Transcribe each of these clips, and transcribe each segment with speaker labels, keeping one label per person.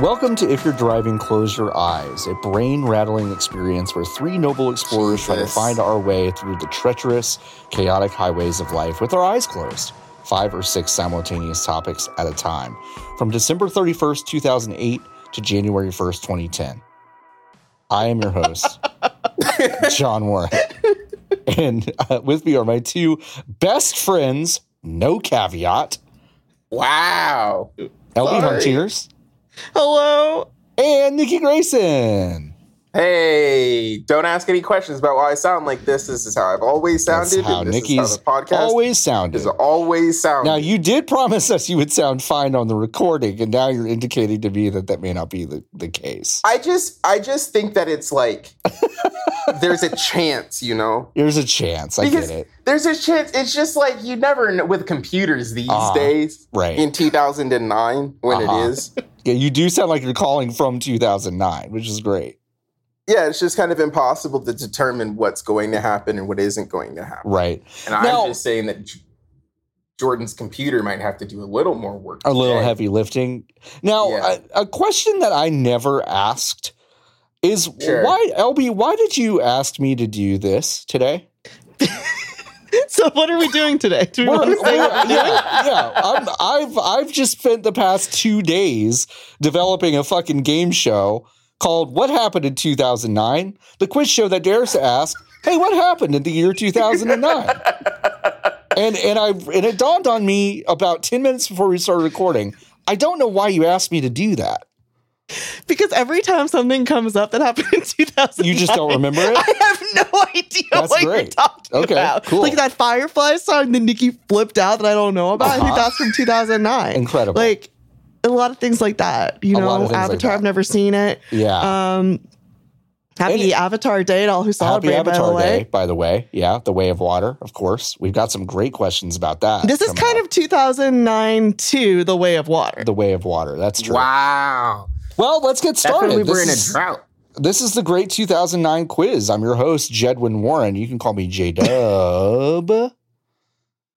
Speaker 1: Welcome to If You're Driving, Close Your Eyes, a brain rattling experience where three noble explorers try to
Speaker 2: Jesus.
Speaker 1: find our way through the treacherous, chaotic highways of life with our eyes closed, five or six simultaneous topics at a time, from December 31st, 2008 to January 1st, 2010. I am your host, John Warren. And uh, with me are my two best friends, no caveat,
Speaker 2: Wow.
Speaker 1: LB
Speaker 2: Sorry.
Speaker 1: Huntiers
Speaker 3: Hello.
Speaker 1: and Nikki Grayson.
Speaker 2: Hey, don't ask any questions about why I sound like this. This is how I've always
Speaker 1: That's
Speaker 2: sounded.
Speaker 1: how
Speaker 2: and this
Speaker 1: Nikki's
Speaker 2: is how the podcast
Speaker 1: always sounded.
Speaker 2: is always sounded.
Speaker 1: Now you did promise us you would sound fine on the recording, and now you're indicating to me that that may not be the, the case.
Speaker 2: I just I just think that it's like there's a chance, you know.
Speaker 1: There's a chance. I
Speaker 2: Because
Speaker 1: get it.
Speaker 2: there's a chance. It's just like you never know with computers these
Speaker 1: Ah,
Speaker 2: days.
Speaker 1: Right.
Speaker 2: In 2009, when it
Speaker 1: Uh-huh.
Speaker 2: is,
Speaker 1: Yeah, you do sound like you're calling from 2009, which is great.
Speaker 2: yeah, it's just kind of impossible to determine what's going to happen and what isn't going to happen.
Speaker 1: Right.
Speaker 2: And
Speaker 1: Now-
Speaker 2: I'm just saying that J- Jordan's computer might have to do a little more work.
Speaker 1: A little
Speaker 2: today.
Speaker 1: heavy lifting. Now,
Speaker 2: Yeah.
Speaker 1: a, a question that I never asked is
Speaker 2: Sure.
Speaker 1: why, LB, why did you ask me to do this today?
Speaker 3: So, what are we doing today? Do we
Speaker 1: We're-
Speaker 3: want to say
Speaker 1: we're-
Speaker 3: what we're doing?
Speaker 1: yeah, yeah. I'm, I've I've just spent the past two days developing a fucking game show called "What Happened in 2009," the quiz show that dares to ask, "Hey, what happened in the year 2009?" and and I and it dawned on me about ten minutes before we started recording. I don't know why you asked me to do that.
Speaker 3: Because every time something comes up that happened in 2000,
Speaker 1: You just don't remember it.
Speaker 3: I have no idea
Speaker 1: That's
Speaker 3: what you're
Speaker 1: great.
Speaker 3: talking
Speaker 1: Okay,
Speaker 3: about.
Speaker 1: cool.
Speaker 3: Like that Firefly song that Nikki flipped out that I don't know about. I
Speaker 1: Uh-huh.
Speaker 3: think that's from 2009.
Speaker 1: Incredible.
Speaker 3: Like a lot of things like that. You
Speaker 1: A lot
Speaker 3: know,
Speaker 1: of things like
Speaker 3: Avatar.
Speaker 1: that.
Speaker 3: I've never seen it.
Speaker 1: yeah.
Speaker 3: Um, happy
Speaker 1: And-
Speaker 3: Avatar Day to all who
Speaker 1: Happy
Speaker 3: celebrate. by
Speaker 1: Avatar
Speaker 3: the way,
Speaker 1: Day, by the way. Yeah, the Way of Water, of course. We've got some great questions about that.
Speaker 3: this is
Speaker 1: coming
Speaker 3: kind
Speaker 1: up.
Speaker 3: of 2009 to The Way of Water.
Speaker 1: the way of water. That's true.
Speaker 2: Wow.
Speaker 1: Well, let's get
Speaker 2: That's
Speaker 1: started.
Speaker 2: when we were
Speaker 1: this,
Speaker 2: in a
Speaker 1: is,
Speaker 2: drought.
Speaker 1: this is the great 2009 quiz. I'm your host, Jedwin Warren. You can call me J Dub.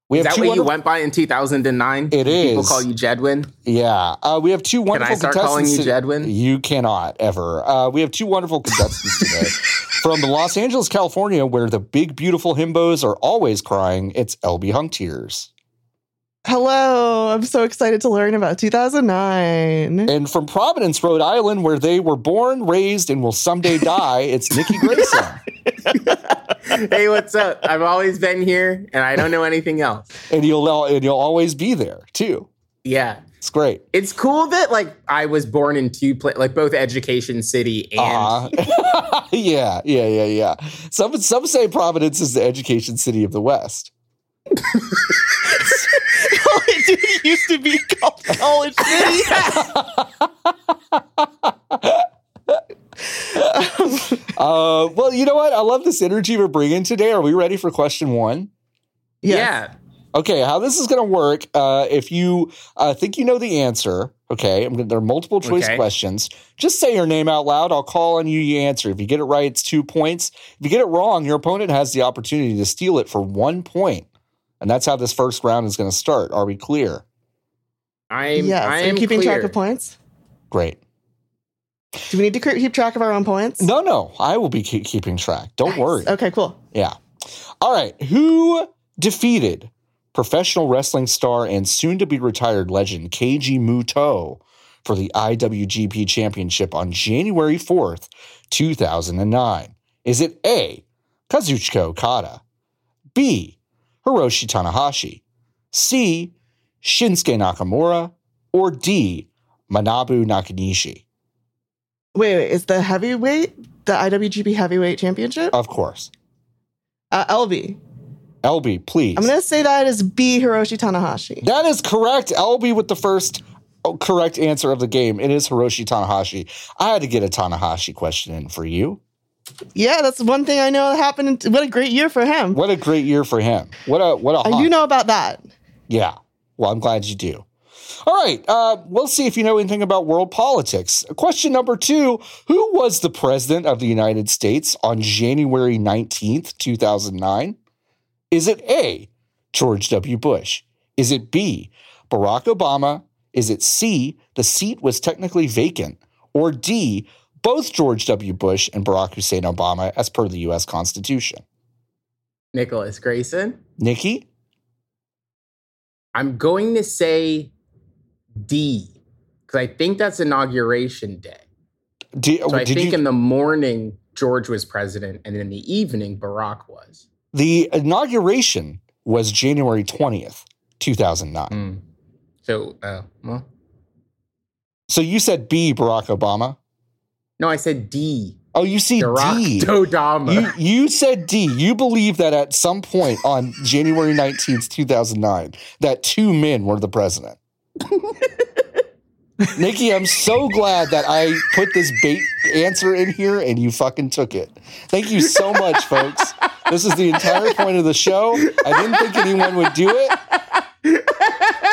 Speaker 1: We
Speaker 2: Is that
Speaker 1: two
Speaker 2: what you
Speaker 1: wonder-
Speaker 2: went by in 2009?
Speaker 1: It
Speaker 2: People
Speaker 1: is.
Speaker 2: call you Jedwin.
Speaker 1: Yeah, uh, we have two
Speaker 2: Can I
Speaker 1: wonderful
Speaker 2: start calling
Speaker 1: contestants.
Speaker 2: you
Speaker 1: to-
Speaker 2: Jedwin?
Speaker 1: You cannot ever. Uh, we have two wonderful contestants today from Los Angeles, California, where the big beautiful himbos are always crying. It's LB Hunk Tears,
Speaker 3: Hello, I'm so excited to learn about 2009.
Speaker 1: and from Providence, Rhode Island, where they were born, raised, and will someday die. It's Nikki Grayson.
Speaker 2: hey, what's up? I've always been here, and I don't know anything else.
Speaker 1: and you'll al- and you'll always be there too.
Speaker 2: Yeah,
Speaker 1: It's great.
Speaker 2: it's cool that like I was born in two pla like both Education City and
Speaker 1: Uh-huh. yeah, yeah, yeah, yeah. Some some say Providence is the education city of the West.
Speaker 3: it used to be called College City.
Speaker 1: Uh, well, you know what? I love this energy we're bringing today. Are we ready for question one?
Speaker 2: yeah.
Speaker 1: Okay, how this is going to work? Uh, if you uh, think you know the answer, okay, I'm gonna, there are multiple choice
Speaker 2: Okay.
Speaker 1: questions. Just say your name out loud. I'll call on you. You answer. If you get it right, it's two points. If you get it wrong, your opponent has the opportunity to steal it for one point. And that's how this first round is going to start. Are we clear?
Speaker 2: I'm
Speaker 3: Yes,
Speaker 2: I
Speaker 3: are you
Speaker 2: am
Speaker 3: keeping
Speaker 2: clear.
Speaker 3: track of points?
Speaker 1: Great.
Speaker 3: Do we need to cre- keep track of our own points?
Speaker 1: No, no, I will be keep keeping track. Don't
Speaker 3: Nice.
Speaker 1: worry.
Speaker 3: Okay, cool.
Speaker 1: Yeah. All right. Who defeated professional wrestling star and soon to be retired legend Keiji Muto for the IWGP Championship on January 4th, 2009? Is it A, Kazuchika Okada, B, Hiroshi Tanahashi, C, Shinsuke Nakamura, or D, Manabu Nakanishi?
Speaker 3: Wait, wait, is the heavyweight the IWGP Heavyweight Championship?
Speaker 1: Of course.
Speaker 3: Uh, LB.
Speaker 1: LB, please.
Speaker 3: I'm going to say that is B. Hiroshi Tanahashi.
Speaker 1: That is correct. LB with the first oh, correct answer of the game. It is Hiroshi Tanahashi. I had to get a Tanahashi question in for you.
Speaker 3: Yeah, that's one thing I know that happened. In what a great year for him.
Speaker 1: What a great year for him. What a what a
Speaker 3: I
Speaker 1: hunk.
Speaker 3: do know about that.
Speaker 1: Yeah. Well, I'm glad you do. All right. Uh, we'll see if you know anything about world politics. Question number two Who was the president of the United States on January 19th, 2009? Is it A, George W. Bush? Is it B, Barack Obama? Is it C, the seat was technically vacant, or D, both George W. Bush and Barack Hussein Obama as per the US Constitution?
Speaker 4: Nicholas Grayson.
Speaker 1: Nikki?
Speaker 4: I'm going to say D because I think that's inauguration day.
Speaker 1: Do,
Speaker 4: So I
Speaker 1: Oh, did
Speaker 4: think
Speaker 1: you,
Speaker 4: in the morning George was president, and in the evening Barack was.
Speaker 1: the inauguration was January 20th, 2009.
Speaker 4: So, uh, well,
Speaker 1: So you said B, Barack Obama.
Speaker 4: no, I said D.
Speaker 1: Oh, you see
Speaker 4: Barack
Speaker 1: D.
Speaker 4: Dodama.
Speaker 1: You, you said D. You believe that at some point on January 19th, 2009, that two men were the president. Nikki, I'm so glad that I put this bait answer in here and you fucking took it. Thank you so much, folks. This is the entire point of the show. I didn't think anyone would do it.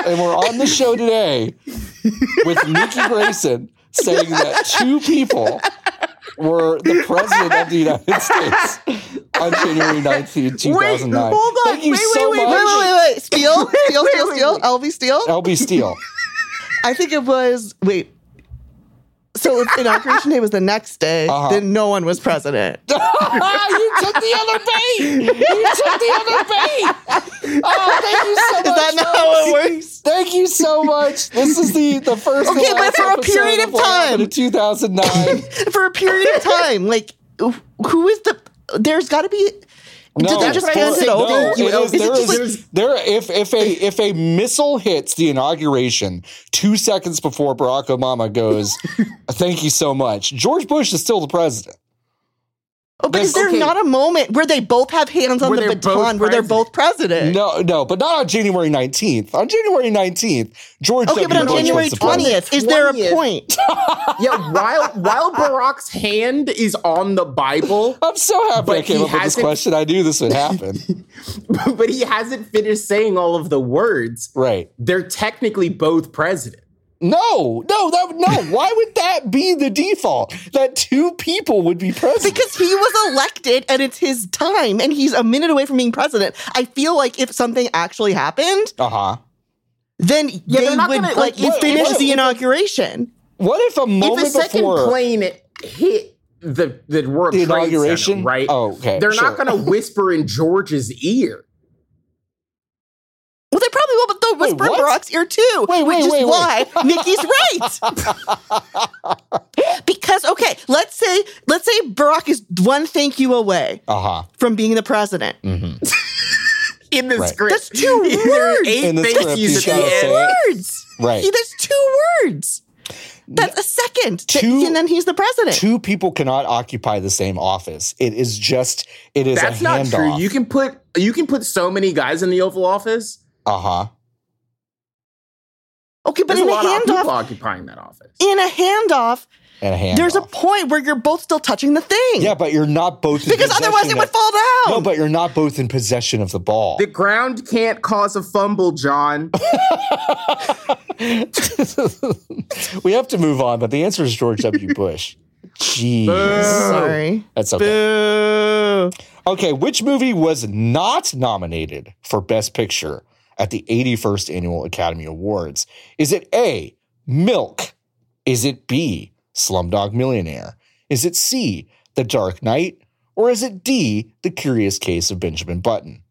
Speaker 1: And we're on the show today with Nikki Grayson saying that two people were the president of the United States on January 19th, 2009.
Speaker 3: Hold on.
Speaker 1: Thank you
Speaker 3: wait,
Speaker 1: so
Speaker 3: wait, wait,
Speaker 1: much.
Speaker 3: wait, wait, wait, wait. Steal, steal,
Speaker 4: wait,
Speaker 3: steal,
Speaker 4: wait,
Speaker 3: steal.
Speaker 4: wait.
Speaker 3: LV Steele.
Speaker 1: LB Steele.
Speaker 3: I think it was wait. So if inauguration day was the next day,
Speaker 1: Uh-huh.
Speaker 3: then no one was president.
Speaker 1: you took the other bait. You took the other bait. Oh, thank you so much.
Speaker 3: Is that not how it
Speaker 1: folks.
Speaker 3: works?
Speaker 1: Thank you so much. This is the the first. and
Speaker 3: Okay, but
Speaker 1: last
Speaker 3: for a
Speaker 1: episode
Speaker 3: period of
Speaker 1: What Happened
Speaker 3: time.
Speaker 1: in 2009.
Speaker 3: For a period of time, like wh- who is the? There's got to be. oh,
Speaker 1: No,
Speaker 3: Did they just
Speaker 4: Full-
Speaker 3: hand it
Speaker 4: no,
Speaker 3: over?
Speaker 4: it
Speaker 3: You know,
Speaker 4: is-
Speaker 3: is
Speaker 1: there
Speaker 3: it just
Speaker 1: is-
Speaker 3: like,
Speaker 1: there if if a if a missile hits the inauguration two seconds before Barack Obama goes, thank you so much. George Bush is still the president.
Speaker 3: oh, but is
Speaker 1: there's-
Speaker 3: there
Speaker 4: okay.
Speaker 3: not a moment where they both have hands on
Speaker 4: Where
Speaker 3: the
Speaker 4: they're both
Speaker 3: baton, where they're both president?
Speaker 1: No, no, but not on January nineteenth. On January nineteenth, George
Speaker 3: okay,
Speaker 1: W.
Speaker 3: but on
Speaker 1: Bush
Speaker 3: January
Speaker 1: was the president.
Speaker 3: twentieth, is there a
Speaker 4: 20th.
Speaker 3: point?
Speaker 4: yeah, while while Barack's hand is on the Bible,
Speaker 1: I'm so happy
Speaker 4: But
Speaker 1: I came
Speaker 4: he
Speaker 1: up with this
Speaker 4: hasn't-
Speaker 1: question. I knew this would happen.
Speaker 4: but he hasn't finished saying all of the words.
Speaker 1: right.
Speaker 4: They're technically both president.
Speaker 1: No, no, that no. Why would that be the default? That two people would be president.
Speaker 3: Because he was elected and it's his time, and he's a minute away from being president. I feel like if something actually happened,
Speaker 1: Uh-huh.
Speaker 3: then they
Speaker 4: they're
Speaker 3: would
Speaker 4: not gonna,
Speaker 3: like
Speaker 4: like, what-
Speaker 3: finish
Speaker 1: what-
Speaker 3: the inauguration.
Speaker 1: What if a moment
Speaker 4: if a second
Speaker 1: before
Speaker 4: plane hit the the World
Speaker 1: the
Speaker 4: Trade Center,
Speaker 1: inauguration?
Speaker 4: right?
Speaker 1: Oh, okay.
Speaker 4: They're
Speaker 1: sure.
Speaker 4: not going to whisper in George's ear.
Speaker 3: Well, they probably will, but they'll
Speaker 1: Wait,
Speaker 3: whisper in
Speaker 1: what?
Speaker 3: Barack's ear too.
Speaker 1: Wait, wait,
Speaker 3: which is
Speaker 1: wait, wait.
Speaker 3: why Nikki's right. because okay, let's say let's say Barack is one thank you away
Speaker 1: Uh-huh. mm-hmm.
Speaker 3: from being the president.
Speaker 4: In the
Speaker 1: Right.
Speaker 4: script,
Speaker 3: That's two
Speaker 4: There are
Speaker 3: words.
Speaker 4: eight
Speaker 1: In the
Speaker 4: thank
Speaker 1: script,
Speaker 4: yous
Speaker 1: you
Speaker 4: at
Speaker 1: gotta
Speaker 4: the
Speaker 1: say
Speaker 4: end.
Speaker 1: it.
Speaker 3: Words.
Speaker 1: Right.
Speaker 3: He, there's two words. That's a second. Th-
Speaker 1: Two-
Speaker 3: and then he's the president.
Speaker 1: Two people cannot occupy the same office. It is just it is
Speaker 4: That's
Speaker 1: a
Speaker 4: not
Speaker 1: handoff.
Speaker 4: true. You can put you can put so many guys in the Oval Office.
Speaker 1: uh-huh.
Speaker 3: okay, but
Speaker 4: There's
Speaker 3: in
Speaker 4: a
Speaker 3: a,
Speaker 4: lot of people
Speaker 3: handoff,
Speaker 4: occupying that office.
Speaker 3: in a handoff,
Speaker 1: And a handoff.
Speaker 3: there's a point where you're both still touching the thing.
Speaker 1: Yeah, but you're not both in
Speaker 3: because otherwise
Speaker 1: possession
Speaker 3: it would
Speaker 1: of-
Speaker 3: fall down.
Speaker 1: No, but you're not both in possession of the ball.
Speaker 4: The ground can't cause a fumble, John.
Speaker 1: we have to move on, but the answer is George W. Bush. Jeez.
Speaker 3: Sorry.
Speaker 1: That's okay.
Speaker 3: Boo.
Speaker 1: Okay, which movie was not nominated for Best Picture at the 81st Annual Academy Awards? Is it A, Milk? Is it B, Slumdog Millionaire? Is it C, The Dark Knight? Or is it D, The Curious Case of Benjamin Button?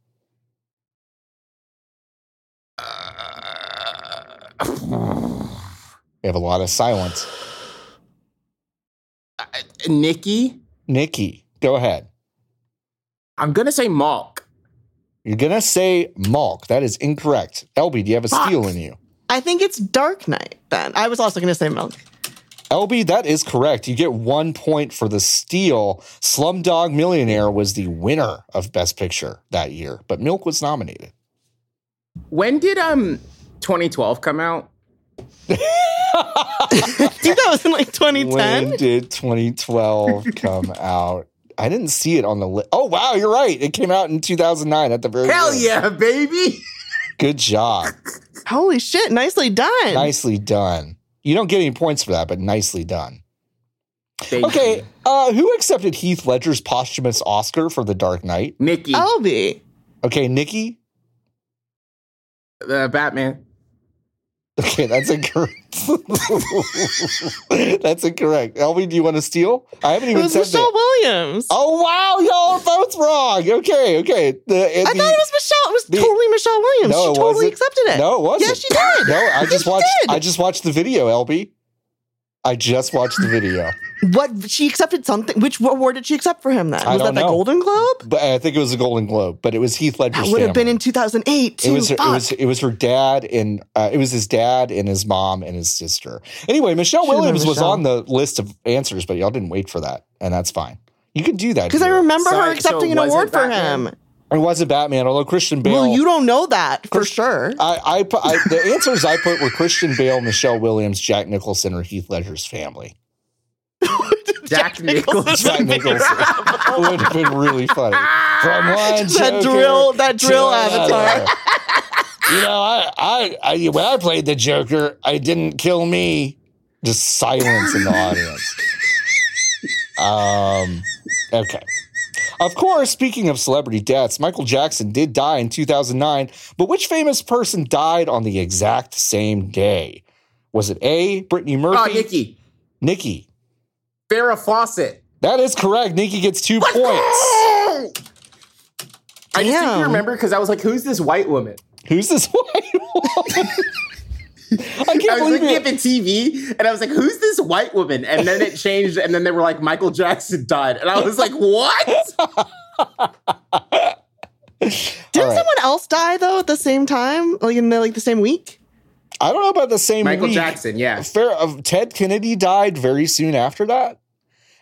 Speaker 1: We have a lot of silence.
Speaker 4: Nikki,
Speaker 1: Nikki, go ahead.
Speaker 4: I'm gonna say Malk.
Speaker 1: You're gonna say Malk. That is incorrect. LB, do you have a
Speaker 4: Fuck.
Speaker 1: steal in you?
Speaker 3: I think it's Dark Knight then. I was also going to say milk.
Speaker 1: LB, that is correct. You get one point for the steal. Slumdog Millionaire was the winner of Best Picture that year, but Milk was nominated.
Speaker 4: When did um 2012 come out?
Speaker 3: I think that was in like 2010.
Speaker 1: When did 2012 come out? I didn't see it on the list. Oh wow, you're right. It came out in 2009 at the very
Speaker 4: Hell
Speaker 1: end.
Speaker 4: yeah, baby!
Speaker 1: Good job.
Speaker 3: Holy shit, nicely done.
Speaker 1: nicely done. You don't get any points for that, but nicely done.
Speaker 4: Thank you.
Speaker 1: Okay, uh, who accepted Heath Ledger's posthumous Oscar for The Dark Knight?
Speaker 4: Nikki,
Speaker 3: Oh. Albie.
Speaker 1: Okay, Nikki,
Speaker 4: uh, Batman.
Speaker 1: Okay, that's incorrect. that's incorrect. Elvie, do you want to steal? I haven't
Speaker 3: It
Speaker 1: even
Speaker 3: was
Speaker 1: said
Speaker 3: Michelle
Speaker 1: that.
Speaker 3: Williams.
Speaker 1: Oh wow, y'all are both wrong. Okay, okay. The, and
Speaker 3: I
Speaker 1: the-
Speaker 3: thought it was Michelle. It was
Speaker 1: the-
Speaker 3: totally Michelle Williams.
Speaker 1: No,
Speaker 3: she
Speaker 1: it
Speaker 3: totally
Speaker 1: wasn't.
Speaker 3: accepted it.
Speaker 1: No, it wasn't.
Speaker 3: Yes, she did.
Speaker 1: No, I just
Speaker 3: she
Speaker 1: watched.
Speaker 3: did.
Speaker 1: I just watched the video, LB. I just watched the video,
Speaker 3: What she accepted something. Which award did she accept for him then? Was
Speaker 1: I don't
Speaker 3: that the
Speaker 1: know.
Speaker 3: Golden Globe?
Speaker 1: but I think it was a Golden Globe. But it was Heath Ledger's.
Speaker 3: That would have
Speaker 1: family.
Speaker 3: been in 2008 too.
Speaker 1: It was, her, it
Speaker 3: Fuck.
Speaker 1: was it was her dad and uh, it was his dad and his mom and his sister. Anyway, Michelle
Speaker 3: Should've been
Speaker 1: Williams was
Speaker 3: Michelle.
Speaker 1: on the list of answers, but y'all didn't wait for that, and that's fine. You could do that
Speaker 3: because I
Speaker 1: here.
Speaker 3: remember
Speaker 4: So-
Speaker 3: her
Speaker 4: so
Speaker 3: accepting an
Speaker 4: was it
Speaker 3: award for
Speaker 4: Batman?
Speaker 3: him.
Speaker 1: It wasn't Batman, although Christian Bale.
Speaker 3: Well, you don't know that for
Speaker 1: Chris-
Speaker 3: sure.
Speaker 1: I, I, put, I the answers I put were Christian Bale, Michelle Williams, Jack Nicholson, or Heath Ledger's family.
Speaker 4: Jack Nicholson.
Speaker 1: Jack Nicholson It would have been really funny. From one
Speaker 3: that
Speaker 1: Joker
Speaker 3: drill, that
Speaker 1: to
Speaker 3: drill
Speaker 1: another.
Speaker 3: avatar.
Speaker 1: You know, I, I, I, when I played the Joker, I didn't kill me. Just silence in the audience. Um, okay. Of course, speaking of celebrity deaths, Michael Jackson did die in 2009, but which famous person died on the exact same day? Was it A, Brittany Murphy?
Speaker 4: Oh, Nikki.
Speaker 1: Nikki.
Speaker 4: Farrah Fawcett.
Speaker 1: That is correct. Nikki gets 2 points.
Speaker 4: I just
Speaker 3: Damn.
Speaker 4: didn't remember because I was like, who's this white woman?
Speaker 1: Who's this white woman? I can't
Speaker 4: I was
Speaker 1: believe
Speaker 4: looking
Speaker 1: it.
Speaker 4: at the TV and I was like, who's this white woman? And then it changed and then they were like, Michael Jackson died. And I was like, what?
Speaker 3: Didn't
Speaker 1: All right.
Speaker 3: someone else die though at the same time, like in the, like the same week?
Speaker 1: I don't know about the same
Speaker 4: Michael
Speaker 1: week.
Speaker 4: Jackson, yeah.
Speaker 1: Fair, uh, Ted Kennedy died very soon after that,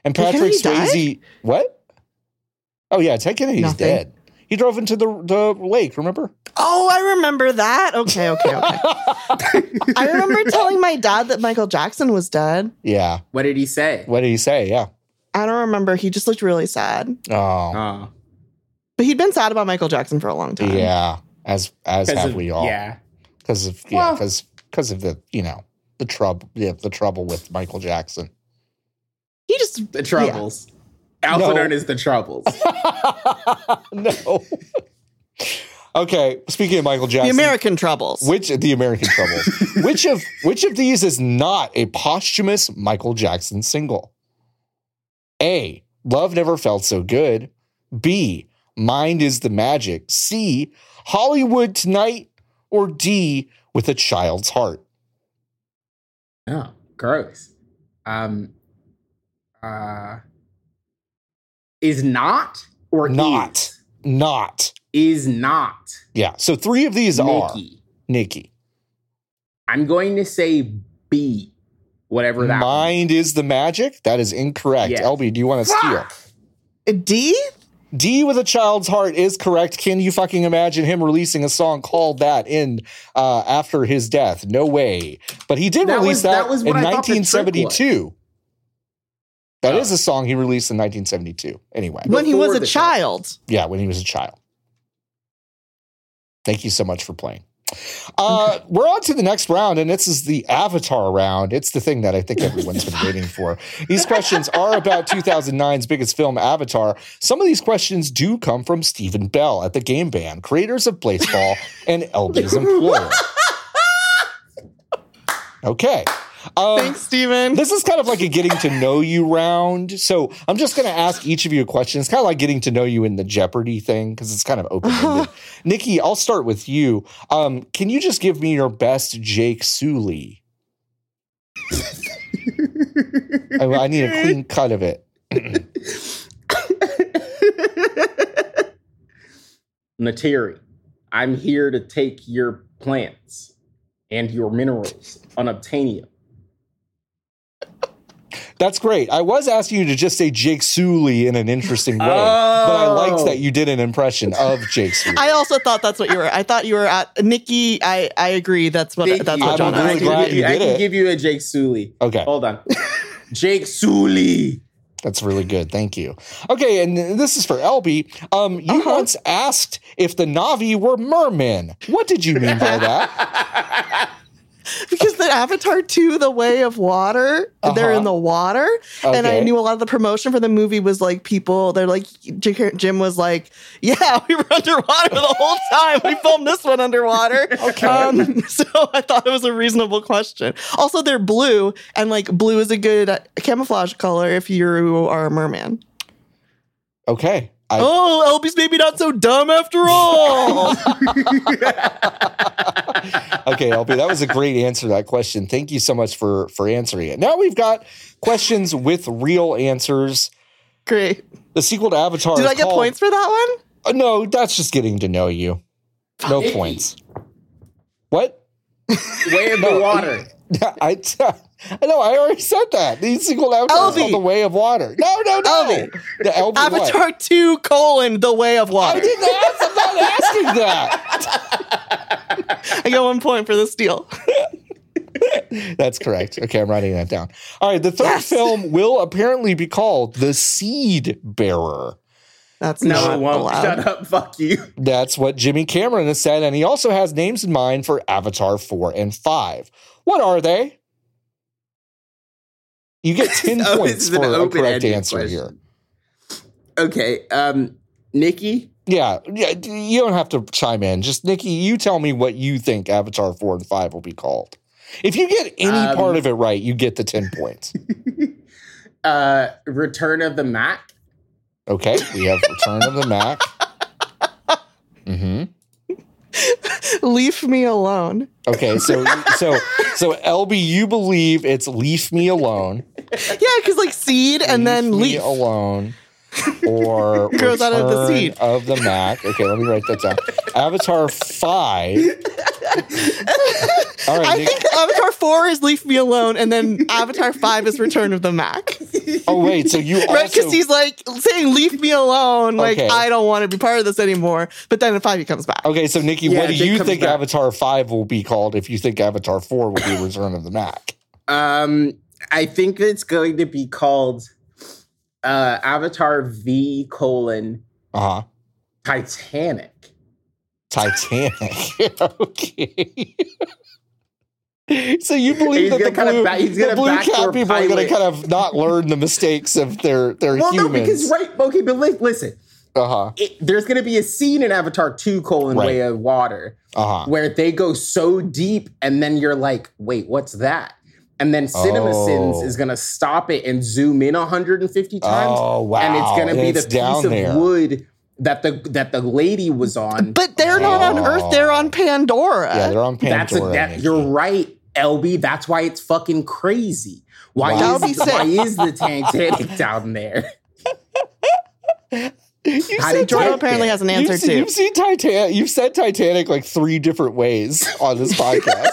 Speaker 1: and
Speaker 3: Ted
Speaker 1: Patrick
Speaker 3: Kennedy
Speaker 1: Swayze. What? Oh yeah, Ted Kennedy's
Speaker 3: Nothing.
Speaker 1: dead. He drove into the the lake. Remember?
Speaker 3: Oh, I remember that. Okay, okay, okay. I remember telling my dad that Michael Jackson was dead.
Speaker 1: Yeah.
Speaker 4: What did he say?
Speaker 1: What did he say? Yeah.
Speaker 3: I don't remember. He just looked really sad.
Speaker 1: Oh,
Speaker 4: Oh,
Speaker 3: But he'd been sad about Michael Jackson for a long time.
Speaker 1: yeah. As as
Speaker 4: 'cause
Speaker 1: have
Speaker 4: of-
Speaker 1: we all.
Speaker 4: Yeah.
Speaker 1: Because of yeah.
Speaker 4: Well-
Speaker 1: Because because of the you know the trouble yeah, the trouble with Michael Jackson.
Speaker 3: He just
Speaker 4: The Troubles. Also
Speaker 1: No.
Speaker 4: known as the Troubles.
Speaker 1: no. okay. Speaking of Michael
Speaker 3: the
Speaker 1: Jackson,
Speaker 3: American troubles.
Speaker 1: Which the American Troubles? which of which of these is not a posthumous Michael Jackson single? A. Love never felt so good. B. Mind is the magic. C. Hollywood tonight. Or D. With a child's heart.
Speaker 4: Oh, gross. Um uh is not or E.
Speaker 1: Not.
Speaker 4: is?
Speaker 1: Not.
Speaker 4: is not
Speaker 1: Yeah. So three of these are
Speaker 4: Nikki.
Speaker 1: Nikki.
Speaker 4: I'm going to say B, whatever that one-
Speaker 1: Mind is the magic. That is incorrect.
Speaker 4: Yes.
Speaker 1: LB, do you want to steal?
Speaker 4: Fuck!
Speaker 3: D?
Speaker 1: D with a child's heart is correct. Can you fucking imagine him releasing a song called that in uh, after his death? No way. But he did
Speaker 4: That
Speaker 1: release
Speaker 4: was-
Speaker 1: that,
Speaker 4: that was
Speaker 1: in
Speaker 4: what I thought the trick
Speaker 1: 1972. That
Speaker 4: Oh.
Speaker 1: is a song he released in 1972. Anyway,
Speaker 3: When he was
Speaker 4: Before
Speaker 3: a
Speaker 4: the show.
Speaker 3: child.
Speaker 1: yeah, when he was a child. Thank you so much for playing. Uh, We're on to the next round, and this is the Avatar round. It's the thing that I think everyone's been waiting for. These questions are about 2009's biggest film, Avatar. Some of these questions do come from Stephen Bell at the Game Band, creators of Baseball and LB's employer. Okay. Um,
Speaker 3: Thanks, Steven.
Speaker 1: this is kind of like a getting to know you round. So I'm just going to ask each of you a question. It's kind of like getting to know you in the Jeopardy thing because it's kind of open ended. Nikki, I'll start with you. Um, can you just give me your best Jake Sully? I, I need a clean cut of it.
Speaker 4: Nateri, I'm here to take your plants and your minerals, unobtainium.
Speaker 1: That's great. I was asking you to just say Jake Sully in an interesting way, but I liked
Speaker 4: Oh.
Speaker 1: that you did an impression of Jake Sully.
Speaker 3: I also thought that's what you were. I thought you were at Nikki. I, I agree. That's what
Speaker 4: Thank
Speaker 3: that's
Speaker 4: you.
Speaker 3: what
Speaker 1: I'm
Speaker 3: John
Speaker 1: really
Speaker 4: I
Speaker 3: asked.
Speaker 4: can
Speaker 1: glad
Speaker 4: give
Speaker 1: you
Speaker 4: I
Speaker 1: did
Speaker 4: can
Speaker 1: it.
Speaker 4: give you a Jake Sully.
Speaker 1: Okay.
Speaker 4: Hold on. Jake Sully.
Speaker 1: That's really good. Thank you. Okay, and this is for LB. Um, you
Speaker 3: Uh-huh.
Speaker 1: once asked if the Navi were mermen. What did you mean by that?
Speaker 3: because the Avatar 2, The Way of Water, they're
Speaker 1: Uh-huh.
Speaker 3: in the water. And I
Speaker 1: Okay.
Speaker 3: knew a lot of the promotion for the movie was like people, they're like, J- Jim was like, yeah, we were underwater the whole time. We filmed this one underwater.
Speaker 1: Okay.
Speaker 3: Um, so I thought it was a reasonable question. Also, they're blue, and like blue is a good uh, camouflage color if you are a merman.
Speaker 1: Okay. I,
Speaker 3: Oh, Elby's maybe not so dumb after all.
Speaker 1: Okay, LP, that was a great answer to that question. Thank you so much for for answering it. Now we've got questions with real answers.
Speaker 3: Great.
Speaker 1: The sequel to Avatar.
Speaker 3: Did
Speaker 1: is
Speaker 3: I get
Speaker 1: called-
Speaker 3: points for that one?
Speaker 1: Uh, No, that's just getting to know you. No points. What?
Speaker 4: Way of the
Speaker 1: No.
Speaker 4: water.
Speaker 1: I I know. I already said that. The sequel to Avatar is
Speaker 3: Elby.
Speaker 1: called The Way of Water. No, no, no.
Speaker 3: Elby.
Speaker 1: The Elby what?
Speaker 3: Avatar 2 colon The Way of
Speaker 1: I
Speaker 3: Water.
Speaker 1: didn't ask. I'm not asking that.
Speaker 3: I got one point for this deal.
Speaker 1: That's correct. Okay, I'm writing that down. All right. The third
Speaker 3: Yes.
Speaker 1: film will apparently be called The Seed Bearer.
Speaker 3: That's
Speaker 4: No,
Speaker 3: not
Speaker 4: it won't.
Speaker 3: allowed.
Speaker 4: Shut up. Fuck you.
Speaker 1: That's what Jimmy Cameron has said, and he also has names in mind for Avatar 4 and 5. What are they? You get 10
Speaker 4: Oh,
Speaker 1: points
Speaker 4: it's an
Speaker 1: for a correct
Speaker 4: open-ended
Speaker 1: answer
Speaker 4: question.
Speaker 1: here.
Speaker 4: Okay. Um, Nikki,
Speaker 1: Yeah, yeah, d- you don't have to chime in. Just Nikki, you tell me what you think Avatar 4 and 5 will be called. If you get any
Speaker 4: Um,
Speaker 1: part of it right, you get the 10 points.
Speaker 4: uh, Return of the Mac.
Speaker 1: Okay, we have Return of the Mac. hmm
Speaker 3: Leave me alone.
Speaker 1: Okay, so so so LB, you believe it's Leave Me Alone.
Speaker 3: Yeah, because like seed and then
Speaker 1: leave me
Speaker 3: leaf.
Speaker 1: alone or
Speaker 3: Grows out of the
Speaker 1: Return
Speaker 3: seed.
Speaker 1: of the mac okay let me write that down avatar 5 all right
Speaker 3: I
Speaker 1: Nick-
Speaker 3: think Avatar 4 is Leave Me Alone, and then Avatar 5 is Return of the Mac.
Speaker 1: oh wait so you
Speaker 3: Right?
Speaker 1: also
Speaker 3: Because he's like saying, Leave me alone. Like,
Speaker 1: Okay.
Speaker 3: I don't want to be part of this anymore. But then at 5, he comes back.
Speaker 1: okay so nikki
Speaker 4: Yeah,
Speaker 1: what do
Speaker 4: Nick
Speaker 1: you
Speaker 4: comes
Speaker 1: think
Speaker 4: back.
Speaker 1: avatar 5 will be called if you think avatar 4 will be return of the mac
Speaker 4: Um, I think it's going to be called uh, Avatar V colon
Speaker 1: uh-huh
Speaker 4: Titanic.
Speaker 1: titanic okay So you believe
Speaker 4: He's
Speaker 1: that the
Speaker 4: gonna kinda
Speaker 1: blue,
Speaker 4: ba- he's
Speaker 1: the
Speaker 4: gonna
Speaker 1: blue
Speaker 4: backdoor
Speaker 1: cat people are going to
Speaker 4: pilot.
Speaker 1: kind of not learn the mistakes of their their
Speaker 4: Well,
Speaker 1: humans?
Speaker 4: no, because right, okay, but li- listen,
Speaker 1: uh huh,
Speaker 4: it, there's going to be a scene in Avatar Two colon
Speaker 1: Right.
Speaker 4: Way of Water
Speaker 1: uh huh.
Speaker 4: where they go so deep, and then you're like, wait, what's that? And then CinemaSins
Speaker 1: Oh.
Speaker 4: is going to stop it and zoom in 150 times,
Speaker 1: Oh, wow.
Speaker 4: and it's going to be
Speaker 1: It's
Speaker 4: the
Speaker 1: down
Speaker 4: piece
Speaker 1: there.
Speaker 4: of wood that the that the lady was on.
Speaker 3: But they're not on Earth, they're on Pandora.
Speaker 1: Oh. Yeah, they're on Pandora.
Speaker 4: uh, That's a, that,
Speaker 1: Nikki.
Speaker 4: you're right, LB. That's why it's fucking crazy. Why
Speaker 1: Wow.
Speaker 4: is
Speaker 3: That'll be sick.
Speaker 4: why is the Titanic down there?
Speaker 1: You
Speaker 4: How
Speaker 1: said
Speaker 4: did you
Speaker 1: Titan-
Speaker 3: Joe apparently has an answer
Speaker 1: you've, seen-
Speaker 3: too.
Speaker 1: you've seen Titanic. You've said Titanic like three different ways on this podcast,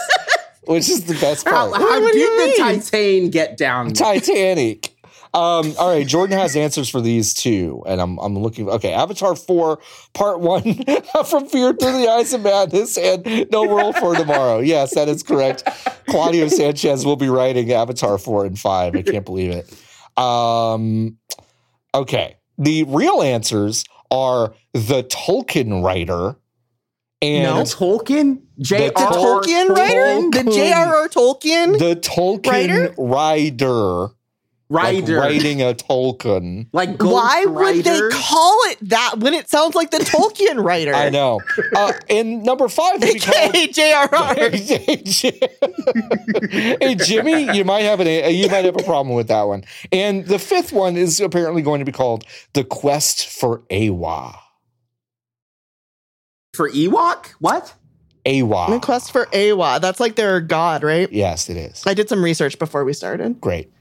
Speaker 1: which is the best
Speaker 4: How,
Speaker 1: part.
Speaker 4: how
Speaker 3: What do you
Speaker 4: did the
Speaker 3: mean?
Speaker 4: Titan get down? there?
Speaker 1: Titanic. Um, all right, Jordan has answers for these too, and I'm I'm looking. Okay, Avatar four, part one, from Fear Through the Eyes of Madness, and No World for Tomorrow. Yes, that is correct. Claudio Sanchez will be writing Avatar four and five. I can't believe it. Um, okay, the real answers are the Tolkien writer
Speaker 4: The
Speaker 1: and
Speaker 4: Tolkien? J.R.R.
Speaker 3: The Tolkien writer? The
Speaker 1: Tolkien.
Speaker 3: J.R.R. Tolkien?
Speaker 1: the Tolkien
Speaker 3: Writer?
Speaker 1: writer, writer, like
Speaker 4: Rider.
Speaker 1: writing a Tolkien.
Speaker 4: Like Ghost
Speaker 3: Why would they
Speaker 4: Rider.
Speaker 3: call it that when it sounds like the Tolkien writer?
Speaker 1: I know. Uh, and number five would be called.
Speaker 3: AKA JRR.
Speaker 1: hey, Jim- hey, Jimmy, you might have an you might have a problem with that one. And the fifth one is apparently going to be called the Quest for Awa.
Speaker 4: for Ewok? What?
Speaker 1: Awa.
Speaker 3: The quest for Awa. That's like their god, right?
Speaker 1: Yes, it is.
Speaker 3: I did some research before we started.
Speaker 1: Great.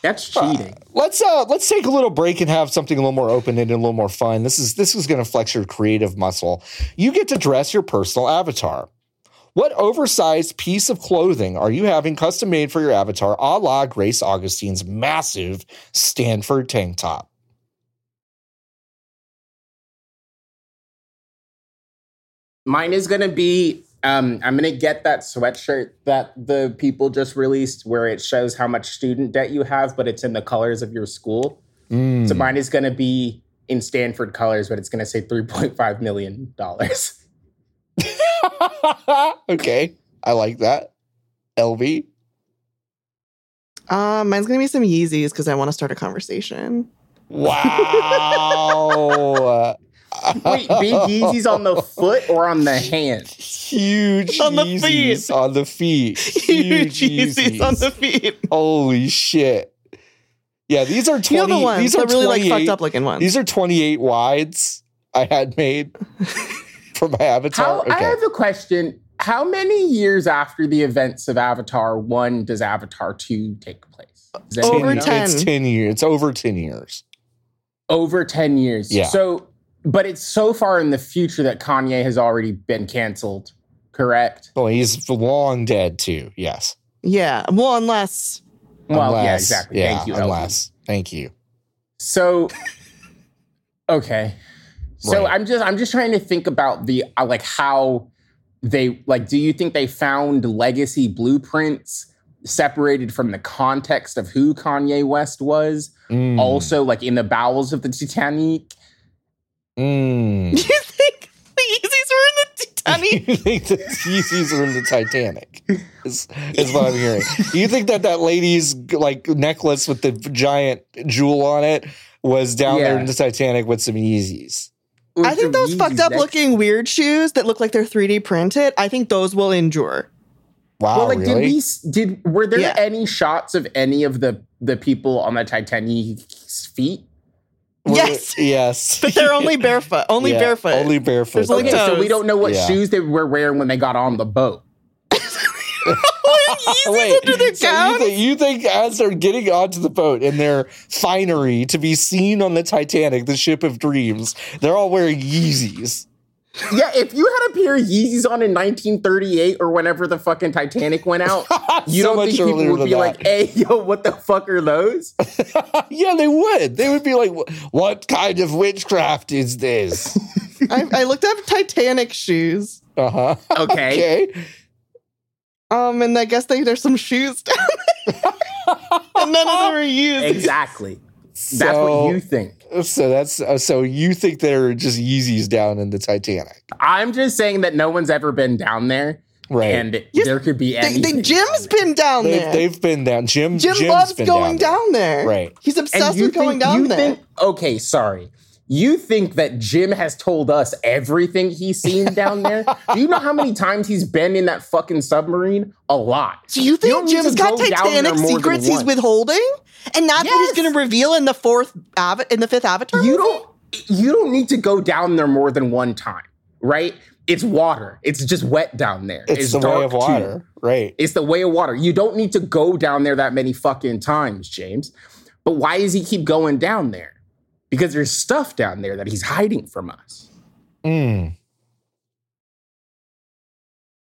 Speaker 4: That's cheating.
Speaker 1: Let's uh let's take a little break and have something a little more open ended, a little more fun. This is this is gonna flex your creative muscle. You get to dress your personal avatar. What oversized piece of clothing are you having custom made for your avatar, a la Grace Augustine's massive Stanford tank top?
Speaker 4: Mine is gonna be. Um, I'm gonna get that sweatshirt that the people just released, where it shows how much student debt you have, but it's in the colors of your school.
Speaker 1: Mm.
Speaker 3: Hmm.
Speaker 4: So mine is going to be in Stanford colors, but it's going to say $3.5 million.
Speaker 1: okay, I like that. LV?
Speaker 3: Um, mine's gonna be some Yeezys because I want to start a conversation.
Speaker 1: Wow.
Speaker 4: Wait, big Yeezy's on the foot or on the hand?
Speaker 1: Huge
Speaker 3: On the
Speaker 1: Yeezys
Speaker 3: feet.
Speaker 1: on the feet. Huge Yeezys
Speaker 3: on the feet.
Speaker 1: Holy shit. Yeah, these are 20
Speaker 3: You know the ones
Speaker 1: these
Speaker 3: the
Speaker 1: are
Speaker 3: really like
Speaker 1: 28
Speaker 3: fucked up looking ones.
Speaker 1: These are 28 wides I had made from
Speaker 4: How,
Speaker 1: Avatar.
Speaker 4: I
Speaker 1: okay.
Speaker 4: have a question. How many years after the events of Avatar 1 does Avatar 2 take place? Does anyone
Speaker 3: Over
Speaker 4: know?
Speaker 3: ten.
Speaker 1: It's 10 years. It's over 10 years.
Speaker 4: Over 10 years.
Speaker 1: Yeah.
Speaker 4: So, but it's so far in the future that Kanye has already been canceled, correct?
Speaker 1: Well, he's long dead too. Yes.
Speaker 3: yeah. Well, unless
Speaker 4: well, yeah,
Speaker 1: Unless-
Speaker 4: exactly.
Speaker 1: yeah,
Speaker 4: Thank you. Elvin.
Speaker 1: Unless. Thank you.
Speaker 4: So okay. So
Speaker 1: Right.
Speaker 4: I'm just I'm just trying to think about the uh, like how they like do you think they found legacy blueprints separated from the context of who Kanye West was
Speaker 1: Mm.
Speaker 4: also like in the bowels of the Titanic?
Speaker 3: you
Speaker 1: Mm.
Speaker 3: think the Yeezys were in the Titanic?
Speaker 1: you think the Yeezys are in the Titanic? Is, is what I'm hearing. You think that that lady's like necklace with the giant jewel on it was down there
Speaker 4: Yeah.
Speaker 1: in the Titanic with some Yeezys?
Speaker 3: I think those fucked up
Speaker 4: looking.
Speaker 3: looking weird shoes that look like they're 3D printed. I think those will endure.
Speaker 1: Wow,
Speaker 4: Well, like,
Speaker 1: Oh, really?
Speaker 4: did we s- did were there
Speaker 3: Yeah.
Speaker 4: any shots of any of the the people on the Titanic's feet?
Speaker 1: Were-
Speaker 3: Yes.
Speaker 1: yes,
Speaker 3: But they're only barefoot. Only
Speaker 1: Yeah,
Speaker 3: barefoot.
Speaker 1: Only barefoot.
Speaker 3: There's
Speaker 4: Okay,
Speaker 3: only
Speaker 4: so we
Speaker 3: toes.
Speaker 4: don't know what
Speaker 1: Yeah.
Speaker 4: shoes they were wearing when they got on the boat.
Speaker 3: Yeezys under their
Speaker 1: so you,
Speaker 3: gown?
Speaker 1: think, you think as they're getting onto the boat in their finery to be seen on the Titanic, the ship of dreams, they're all wearing Yeezys.
Speaker 4: Yeah, if you had a pair of Yeezys on in 1938 or whenever the fucking Titanic went out, you
Speaker 1: So
Speaker 4: don't
Speaker 1: much
Speaker 4: think people
Speaker 1: earlier
Speaker 4: would
Speaker 1: than
Speaker 4: be
Speaker 1: that.
Speaker 4: like, "Hey, yo, what the fuck are those?"
Speaker 1: yeah, they would. They would be like, "Wh- "What kind of witchcraft is this?"
Speaker 3: I, I looked up Titanic shoes.
Speaker 1: Uh huh.
Speaker 4: Okay,
Speaker 1: Okay.
Speaker 3: Um, and I guess they, there's some shoes down there. and none of them are used.
Speaker 4: exactly.
Speaker 1: So,
Speaker 4: That's what you think.
Speaker 1: So that's uh, so you think they're just Yeezys down in the Titanic,
Speaker 4: I'm just saying that no one's ever been down there,
Speaker 1: right?
Speaker 4: and
Speaker 3: Yes,
Speaker 4: there could be
Speaker 3: They,
Speaker 4: anything.
Speaker 3: they, Jim's been down
Speaker 1: they've,
Speaker 3: there.
Speaker 1: they've been down. Jim.
Speaker 3: Jim
Speaker 1: Jim's
Speaker 3: loves
Speaker 1: been
Speaker 3: going
Speaker 1: down
Speaker 3: down there.
Speaker 1: Right.
Speaker 3: He's obsessed
Speaker 4: you
Speaker 3: with going
Speaker 4: think-
Speaker 3: down
Speaker 4: you
Speaker 3: there.
Speaker 4: Think, okay, sorry. You think that Jim has told us everything he's seen down there? Do you know how many times he's been in that fucking submarine? A lot.
Speaker 3: Do you
Speaker 4: don't
Speaker 3: think
Speaker 4: need
Speaker 3: Jim's
Speaker 4: to
Speaker 3: got
Speaker 4: go down there
Speaker 3: Titanic
Speaker 4: more than
Speaker 3: secrets
Speaker 4: once.
Speaker 3: he's withholding? And that's what
Speaker 4: Yes.
Speaker 3: he's going to reveal in the fourth av- in the fifth Avatar?
Speaker 4: You
Speaker 3: movie?
Speaker 4: don't you don't need to go down there more than one time, right? It's water. It's just wet down there.
Speaker 1: It's, the way
Speaker 4: dark,
Speaker 1: of
Speaker 4: too.
Speaker 1: water, right?
Speaker 4: It's the way of water. You don't need to go down there that many fucking times, James. But why does he keep going down there? Because there's stuff down there that he's hiding from us.
Speaker 1: Mm.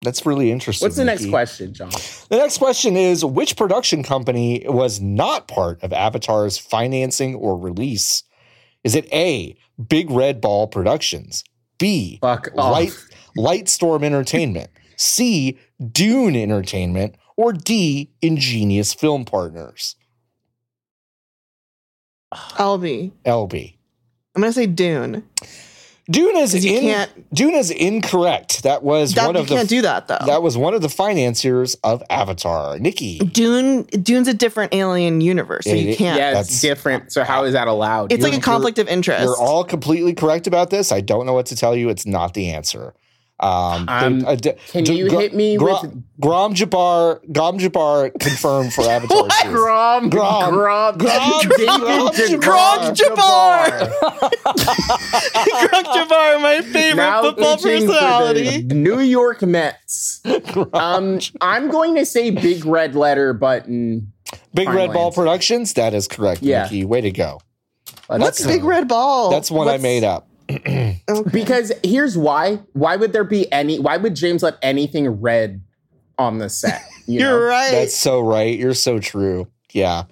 Speaker 1: That's really interesting.
Speaker 4: What's the next
Speaker 1: Nikki.
Speaker 4: question, John?
Speaker 1: The next question is which production company was not part of Avatar's financing or release? Is it A, Big Red Ball Productions, B,
Speaker 4: Fuck
Speaker 3: Oh.
Speaker 4: off.
Speaker 1: Light Lightstorm Entertainment, C, Dune Entertainment, or D, Ingenious Film Partners?
Speaker 3: I'll be.
Speaker 1: LB.
Speaker 3: I'm going to say Dune.
Speaker 1: Dune is,
Speaker 3: 'Cause you
Speaker 1: in-
Speaker 3: can't-
Speaker 1: Dune is incorrect. That was
Speaker 3: That,
Speaker 1: one
Speaker 3: you
Speaker 1: of the
Speaker 3: can't do that, though.
Speaker 1: that was one of the financiers of Avatar. Nikki.
Speaker 3: Dune Dune's a different alien universe, so
Speaker 1: It
Speaker 3: you
Speaker 1: is-
Speaker 3: can't.
Speaker 4: yeah,
Speaker 1: that's-
Speaker 4: it's different. So how is that allowed?
Speaker 3: It's
Speaker 4: You're-
Speaker 3: like a conflict of interest.
Speaker 1: You're all completely correct about this. I don't know what to tell you. It's not the answer. Um,
Speaker 4: Um,
Speaker 1: they- uh, d-
Speaker 4: Can
Speaker 1: d-
Speaker 4: you
Speaker 1: Gra-
Speaker 4: hit me
Speaker 1: Gra-
Speaker 4: with
Speaker 1: Gram Jabbar? Gram Jabbar confirmed for Avatar.
Speaker 3: What?
Speaker 1: two.
Speaker 4: Grom,
Speaker 1: Grom.
Speaker 4: Grom,
Speaker 1: Grom,
Speaker 4: David
Speaker 1: Grom,
Speaker 4: DeGrom
Speaker 3: Grom
Speaker 4: Jabbar.
Speaker 3: Grunk Jabbar, my favorite
Speaker 4: Now
Speaker 3: football
Speaker 4: pitching for the
Speaker 3: personality.
Speaker 4: New York Mets. Um, I'm going to say big red letter button.
Speaker 1: Big
Speaker 4: Final
Speaker 1: Red Ball
Speaker 4: answer.
Speaker 1: Productions. That is correct,
Speaker 4: Yeah.
Speaker 1: Nikki. Way to go.
Speaker 3: What's
Speaker 4: That's-
Speaker 3: Big Red Ball?
Speaker 1: That's one I
Speaker 4: let's-
Speaker 1: made up.
Speaker 4: Because here's why. Why would there be any? Why would James let anything red on the set? You
Speaker 3: You're
Speaker 4: know?
Speaker 3: right.
Speaker 1: That's so right. You're so true. Yeah.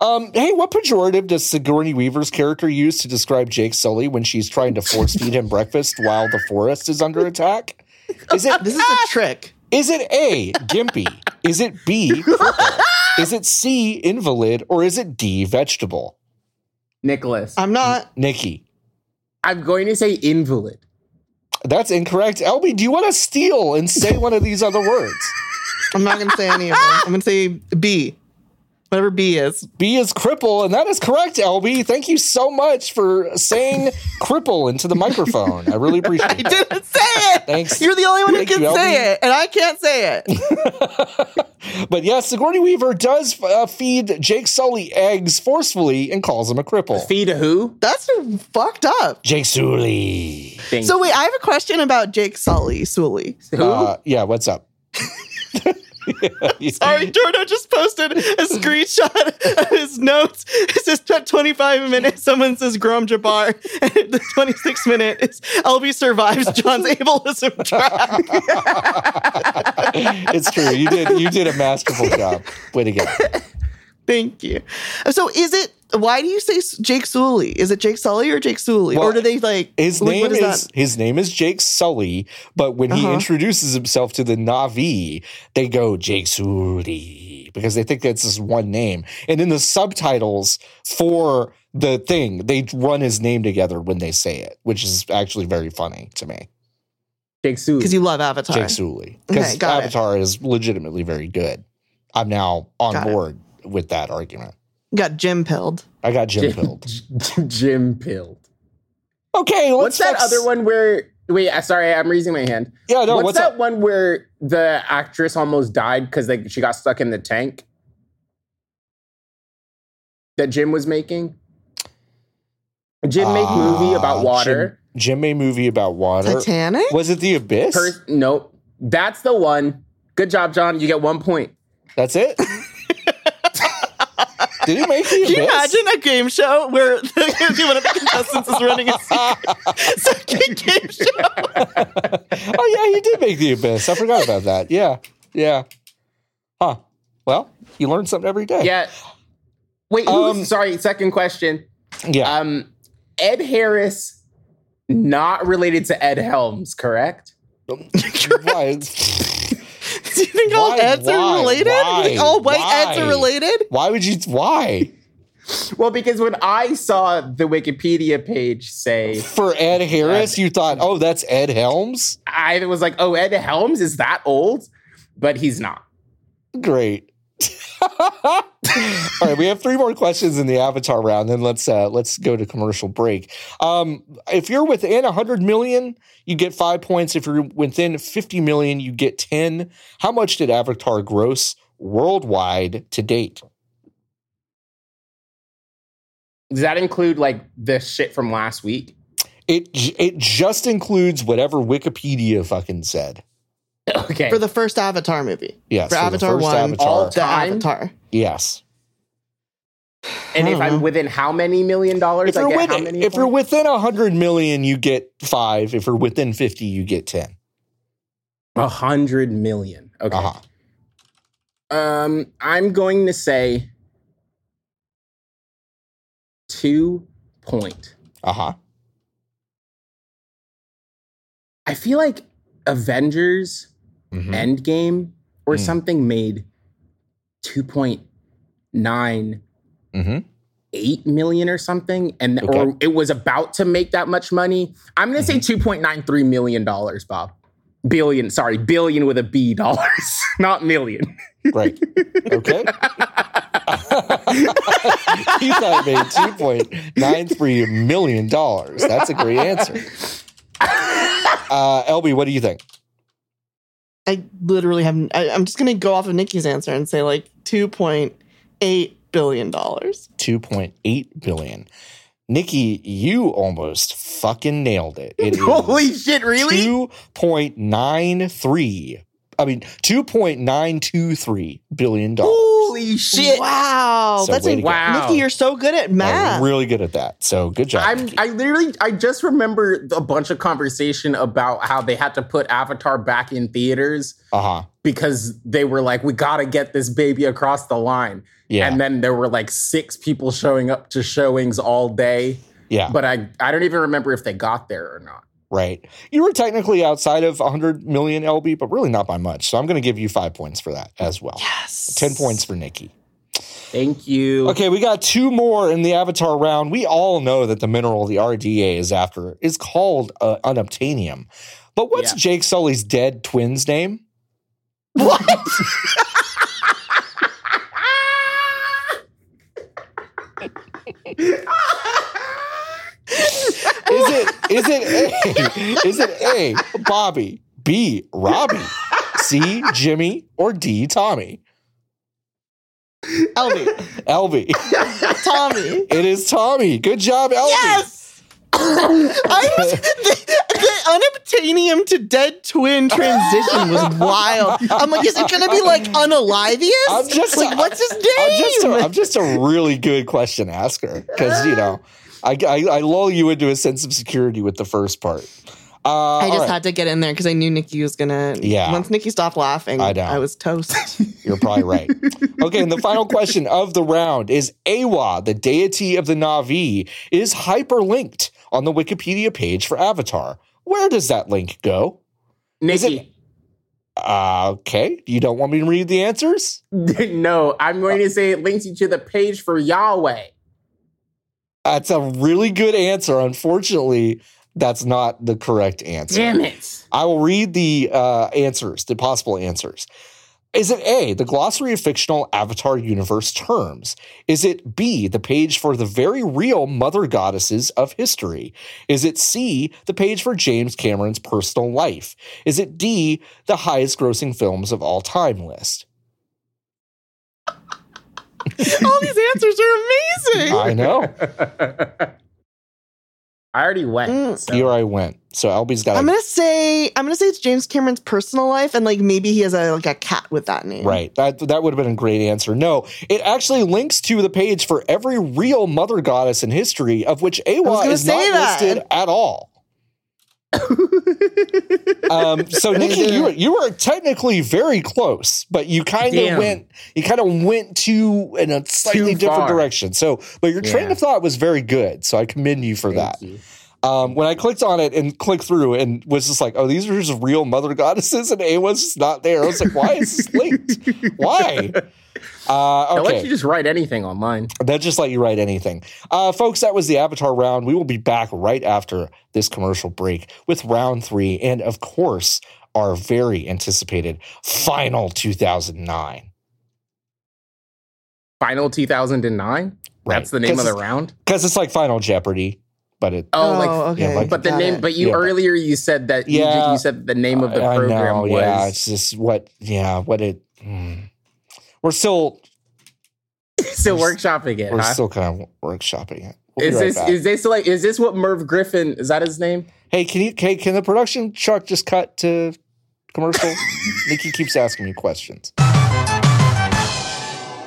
Speaker 1: Um, hey, what pejorative does Sigourney Weaver's character use to describe Jake Sully when she's trying to force feed him breakfast while the forest is under attack? Is it
Speaker 3: this is a trick.
Speaker 1: Is it A, gimpy? is it B, purple? Is it C, invalid? Or is it D, vegetable?
Speaker 4: Nicholas.
Speaker 3: I'm not.
Speaker 1: Nikki,
Speaker 4: I'm going to say invalid.
Speaker 1: that's incorrect. LB, do you want to steal and say one of these other words?
Speaker 3: I'm not going to say any of them. I'm going to say B, whatever B is.
Speaker 1: B is cripple, and that is correct, LB. Thank you so much for saying cripple into the microphone. I really appreciate
Speaker 3: I
Speaker 1: it.
Speaker 3: didn't say it.
Speaker 1: Thanks.
Speaker 3: You're the only one who
Speaker 1: Thank
Speaker 3: can
Speaker 1: you,
Speaker 3: say it, and I can't say it.
Speaker 1: But yes, Sigourney Weaver does uh, feed Jake Sully eggs forcefully and calls him a cripple.
Speaker 4: Feed who?
Speaker 3: That's fucked up.
Speaker 1: Jake Sully.
Speaker 4: Thing.
Speaker 3: So wait, I have a question about Jake Sully. Sully.
Speaker 4: who?
Speaker 1: Uh, yeah, what's up?
Speaker 3: Sorry, Jordan just posted a screenshot of his notes. It says "Took 25 minutes. Someone says Grom Jabbar. And the 26 minute is LB survives John's ableism track.
Speaker 1: it's true. You did you did a masterful job. Way to go.
Speaker 3: Thank you. So is it, why do you say S- Jake Sully? Is it Jake Sully or Jake Sully?
Speaker 1: Well,
Speaker 3: or do they like,
Speaker 1: His
Speaker 3: what-
Speaker 1: name
Speaker 3: what
Speaker 1: is,
Speaker 3: that?
Speaker 1: his name is Jake Sully, but when he
Speaker 3: Uh-huh.
Speaker 1: introduces himself to the Navi, they go Jake Sully because they think that's his one name. And in the subtitles for the thing, they run his name together when they say it, which is actually very funny to me.
Speaker 4: Jake Sue.
Speaker 3: Because you love Avatar.
Speaker 1: Jake Sully
Speaker 3: Okay,
Speaker 1: because
Speaker 3: got it.
Speaker 1: Avatar is legitimately very good. I'm now on
Speaker 3: Got it.
Speaker 1: board with that argument.
Speaker 3: Got Jim pilled.
Speaker 1: I got Jim
Speaker 4: Jim-
Speaker 1: Pilled.
Speaker 4: Jim Pilled.
Speaker 1: Okay,
Speaker 4: What's
Speaker 1: let's
Speaker 4: that
Speaker 1: fuck s-
Speaker 4: other one where? Wait, I- sorry, I'm raising my hand.
Speaker 1: Yeah, no,
Speaker 4: what's,
Speaker 1: what's,
Speaker 4: that
Speaker 1: up?
Speaker 4: one where the actress almost died because like she got stuck in the tank that Jim was making? Jim make movie
Speaker 1: Ah,
Speaker 4: about water.
Speaker 1: Jim, Jim made movie about water.
Speaker 3: Titanic?
Speaker 1: Was it The Abyss?
Speaker 4: Per- nope, that's the one. Good job, John. You get one point.
Speaker 1: That's it? Did he make The
Speaker 3: Can you
Speaker 1: Abyss?
Speaker 3: imagine a game show where the, one of the contestants is running a
Speaker 1: Ah,
Speaker 3: secret, secret game show?
Speaker 1: Oh, yeah, he did make The Abyss. I forgot about that. Yeah, yeah. Huh. Well, you learn something every day.
Speaker 4: Yeah. Wait, who,
Speaker 1: Um,
Speaker 4: sorry. Second question.
Speaker 1: Yeah.
Speaker 4: Um, Ed Harris, not related to Ed Helms, correct?
Speaker 1: Why-
Speaker 3: Do you think all
Speaker 1: Why-
Speaker 3: Eds
Speaker 1: why-
Speaker 3: are related?
Speaker 1: why-
Speaker 3: You think all white Eds
Speaker 1: why?
Speaker 3: are related?
Speaker 1: why would you? Why?
Speaker 4: Well, because when I saw the Wikipedia page say,
Speaker 1: for Ed Harris, you thought, oh, that's Ed Helms?
Speaker 4: I was like, oh, Ed Helms is that old? But he's not.
Speaker 1: Great. All right, we have three more questions in the Avatar round. Then let's uh, let's go to commercial break. Um, if you're within 100 million, you get five points. If you're within 50 million, you get 10. How much did Avatar gross worldwide to date?
Speaker 4: Does that include like the shit from last week?
Speaker 1: It j- it just includes whatever Wikipedia fucking said.
Speaker 4: Okay.
Speaker 3: For the first Avatar movie.
Speaker 1: Yes,
Speaker 3: For
Speaker 1: the
Speaker 3: Avatar
Speaker 1: first
Speaker 3: 1,
Speaker 1: Avatar.
Speaker 4: all
Speaker 3: The
Speaker 4: Time?
Speaker 3: Avatar.
Speaker 1: yes.
Speaker 4: and if
Speaker 3: I don't
Speaker 4: I'm
Speaker 3: know.
Speaker 4: within how many million dollars,
Speaker 1: if you're,
Speaker 4: I get how
Speaker 1: within,
Speaker 4: many?
Speaker 1: if you're
Speaker 4: points?
Speaker 1: within 100 million you get five if you're within 50 you get 10
Speaker 4: a hundred million. Okay.
Speaker 1: uh-huh
Speaker 4: Um, I'm going to say two point.
Speaker 1: uh-huh
Speaker 4: I feel like Avengers
Speaker 1: Mhm.
Speaker 4: Endgame or
Speaker 1: Mm.
Speaker 4: something made two point nine
Speaker 1: Mhm.
Speaker 4: eight million or something, and
Speaker 1: Okay. Mm-hmm.
Speaker 4: or it was about to make that much money. I'm gonna say two point nine three million dollars, Bob. Billion, sorry, billion with a B dollars, not million.
Speaker 1: right okay he thought it made 2.93 million dollars that's a great answer uh lb what do you think
Speaker 3: I literally have. I, I'm just gonna go off of Nikki's answer and say like 2.8 billion dollars.
Speaker 1: 2.8 billion nikki you almost fucking nailed it it is
Speaker 4: Holy shit, really?
Speaker 1: 2.93 i mean 2.923 billion dollars
Speaker 4: Holy shit!
Speaker 3: Wow,
Speaker 1: So
Speaker 3: that's
Speaker 1: way
Speaker 3: in-
Speaker 1: to go.
Speaker 4: Wow.
Speaker 3: Nikki, you're so good at
Speaker 1: I'm
Speaker 3: math.
Speaker 1: really good at that. So good job.
Speaker 4: I'm.
Speaker 1: Nikki.
Speaker 4: I literally. I just remember a bunch of conversation about how they had to put Avatar back in theaters
Speaker 1: uh-huh.
Speaker 4: because they were like, "We gotta get this baby across the line."
Speaker 1: Yeah.
Speaker 4: And then there were like six people showing up to showings all day,
Speaker 1: yeah.
Speaker 4: but I I don't even remember if they got there or not.
Speaker 1: Right. You were technically outside of 100 million LB, but really not by much. So I'm going to give you five points for that as well.
Speaker 3: yes,
Speaker 1: 10 points for Nikki.
Speaker 4: Thank you.
Speaker 1: Okay, we got two more in the Avatar round. We all know that the mineral the RDA is after is called uh, unobtainium. But what's
Speaker 4: Yeah.
Speaker 1: Jake Sully's dead twin's name?
Speaker 3: What?
Speaker 1: Is it is it A? Is it A Bobby, B Robbie, C Jimmy, or D Tommy?
Speaker 3: Elby.
Speaker 1: Elvie.
Speaker 3: Tommy.
Speaker 1: It is Tommy. Good job, Elvie.
Speaker 3: Yes! I was, the, the unobtainium to dead twin transition was wild. I'm like, is it going to be like unalivius?
Speaker 1: I'm just-
Speaker 3: like, what's his name?
Speaker 1: I'm just, a, I'm just a really good question asker because you know I, I, I lull you into a sense of security with the first part. Uh,
Speaker 3: I
Speaker 1: all
Speaker 3: just
Speaker 1: right.
Speaker 3: had to get in there because I knew Nikki was gonna.
Speaker 1: Yeah.
Speaker 3: Once Nikki stopped laughing,
Speaker 1: I
Speaker 3: I,
Speaker 1: know.
Speaker 3: was toast.
Speaker 1: You're probably right. okay, and the final question of the round is Awa, the deity of the Navi, is hyperlinked on the Wikipedia page for Avatar. Where does that link go?
Speaker 4: Nikki.
Speaker 1: Uh, okay, you don't want me to read the answers?
Speaker 4: no, I'm going to say it links you to the page for Yahweh.
Speaker 1: That's a really good answer. Unfortunately, that's not the correct answer.
Speaker 4: Damn it.
Speaker 1: I will read the uh, answers, the possible answers. Is it A, the glossary of fictional Avatar universe terms? Is it B, the page for the very real mother goddesses of history? Is it C, the page for James Cameron's personal life? Is it D, the highest grossing films of all time list?
Speaker 3: All these answers are amazing.
Speaker 1: I know.
Speaker 4: I already went.
Speaker 3: Mm.
Speaker 4: so-
Speaker 1: Here I went. So Albie's got
Speaker 3: I'm
Speaker 1: it
Speaker 3: gonna say I'm gonna say it's James Cameron's personal life, and like maybe he has a like a cat with that name.
Speaker 1: right. That, that would have been a great answer. No, it actually links to the page for every real mother goddess in history, of which Awa
Speaker 3: gonna
Speaker 1: is not
Speaker 3: say that.
Speaker 1: listed at all. um, so Nikki, you were, you were technically very close, but you kind of
Speaker 4: Damn.
Speaker 1: went you kind of went to in a slightly
Speaker 4: Too
Speaker 1: different
Speaker 4: far.
Speaker 1: direction. So, but your train
Speaker 4: Yeah.
Speaker 1: of thought was very good. So I commend you for
Speaker 4: Thank
Speaker 1: that.
Speaker 4: you.
Speaker 1: Um, when I clicked on it and clicked through and was just like, oh, these are just real mother goddesses, and A was just not there. I was like, why is this linked? Why? Uh,
Speaker 4: I'll let
Speaker 1: okay,
Speaker 4: you just write anything online.
Speaker 1: that just let you write anything, uh, folks. That was the Avatar round. We will be back right after this commercial break with round three, and of course, our very anticipated final 2009.
Speaker 4: Final 2009?
Speaker 1: Right?
Speaker 4: That's the name of the round?
Speaker 1: because it's like Final Jeopardy, but it.
Speaker 4: Oh, like
Speaker 1: yeah, like-
Speaker 4: But the
Speaker 3: Got
Speaker 4: name,
Speaker 3: it.
Speaker 4: but you
Speaker 1: Yeah, but-
Speaker 4: earlier you said that you ju-
Speaker 1: Yeah.
Speaker 4: you, said the name of the
Speaker 1: I- I
Speaker 4: program
Speaker 1: know,
Speaker 4: was.
Speaker 1: Yeah, it's just what. Yeah, what it. hmm. We're still
Speaker 4: still workshopping it.
Speaker 1: We're
Speaker 4: huh?
Speaker 1: still kind of workshopping it. We'll be
Speaker 4: is
Speaker 1: right
Speaker 4: this
Speaker 1: back.
Speaker 4: is this like is this what Merv Griffin is that his name?
Speaker 1: hey, can you? Hey, can the production truck just cut to commercial? Nikki keeps asking me questions.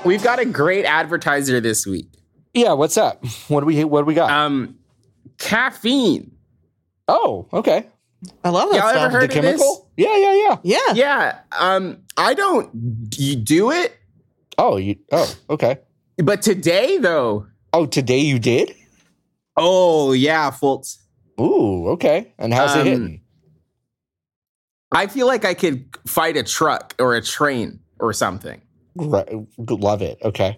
Speaker 4: We've got a great advertiser this week.
Speaker 1: Yeah, what's up? What do we? What do we got?
Speaker 4: Um, caffeine.
Speaker 1: oh, okay.
Speaker 3: I love that
Speaker 4: Y'all
Speaker 3: stuff.
Speaker 4: ever heard
Speaker 1: The
Speaker 4: of
Speaker 1: chemical? Yeah, yeah, yeah.
Speaker 3: yeah.
Speaker 4: this? Yeah. Um, I don't d- do it,
Speaker 1: Oh, you. Oh, okay.
Speaker 4: but today though.
Speaker 1: Oh, today you did.
Speaker 4: Oh yeah, folks.
Speaker 1: Ooh, okay. And how's it
Speaker 4: Um,
Speaker 1: hitting?
Speaker 4: I feel like I could fight a truck or a train or something.
Speaker 1: Right, love it. Okay.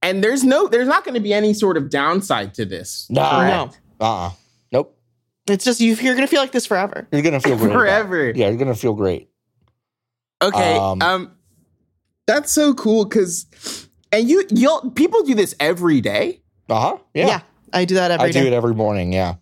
Speaker 4: And there's no, there's not going to be any sort of downside to this.
Speaker 1: No.
Speaker 3: No,
Speaker 1: Uh. uh Nope.
Speaker 3: it's just you. You're gonna feel like this forever.
Speaker 1: You're gonna feel great. about it.
Speaker 4: Forever.
Speaker 1: Yeah, you're gonna feel great.
Speaker 4: Okay.
Speaker 1: Um,
Speaker 4: Um, that's so cool because, and you, you'll people do this every day,
Speaker 1: Uh huh. Yeah.
Speaker 3: I do that
Speaker 1: I
Speaker 3: every
Speaker 1: do
Speaker 3: day,
Speaker 1: it every morning. Yeah.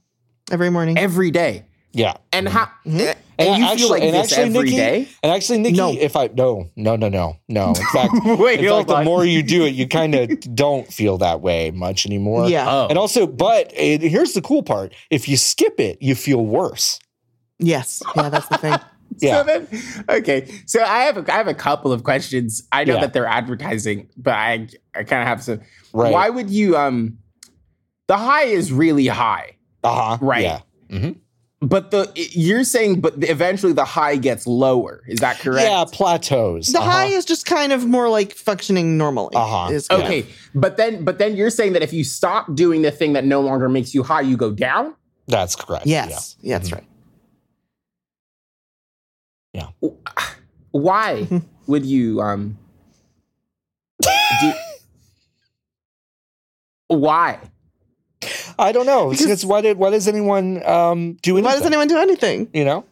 Speaker 3: every morning.
Speaker 4: every day,
Speaker 1: Yeah.
Speaker 4: and how,
Speaker 3: Mhm.
Speaker 1: And
Speaker 4: and you
Speaker 1: actually-
Speaker 4: feel like
Speaker 1: Mm-hmm. and
Speaker 4: this
Speaker 1: actually,
Speaker 4: every
Speaker 1: Nikki-
Speaker 4: day.
Speaker 1: And actually, Nikki,
Speaker 3: No.
Speaker 1: if I no, no, no, no, no. In fact,
Speaker 4: Wait,
Speaker 1: in
Speaker 4: hold
Speaker 1: fact, the
Speaker 4: on.
Speaker 1: more you do it, you kind of don't feel that way much anymore.
Speaker 3: yeah,
Speaker 4: oh,
Speaker 1: And also, but it, here's the cool part: if you skip it, you feel worse.
Speaker 3: yes, yeah. That's the thing.
Speaker 1: Yeah.
Speaker 4: So then, okay. So I have a, I have a couple of questions. I know
Speaker 1: Yeah.
Speaker 4: that they're advertising, but I I kind of have some.
Speaker 1: Right.
Speaker 4: Why would you? Um, the high is really high,
Speaker 1: Uh huh.
Speaker 4: Right.
Speaker 1: Yeah.
Speaker 4: but the you're saying, but eventually the high gets lower. Is that correct?
Speaker 1: Yeah. Plateaus.
Speaker 3: The high is just kind of more like functioning normally.
Speaker 1: Uh-huh.
Speaker 3: Is-
Speaker 1: Yeah.
Speaker 4: Okay, but then but then you're saying that if you stop doing the thing that no longer makes you high, you go down.
Speaker 1: That's correct.
Speaker 3: Yes. Yeah,
Speaker 1: Mm-hmm.
Speaker 3: that's right.
Speaker 4: Why would you um? do- why?
Speaker 1: Yeah. I don't know. It's,
Speaker 3: Because-
Speaker 1: it's- why did why does anyone um do anything?
Speaker 3: Why does anyone do anything?
Speaker 1: You know.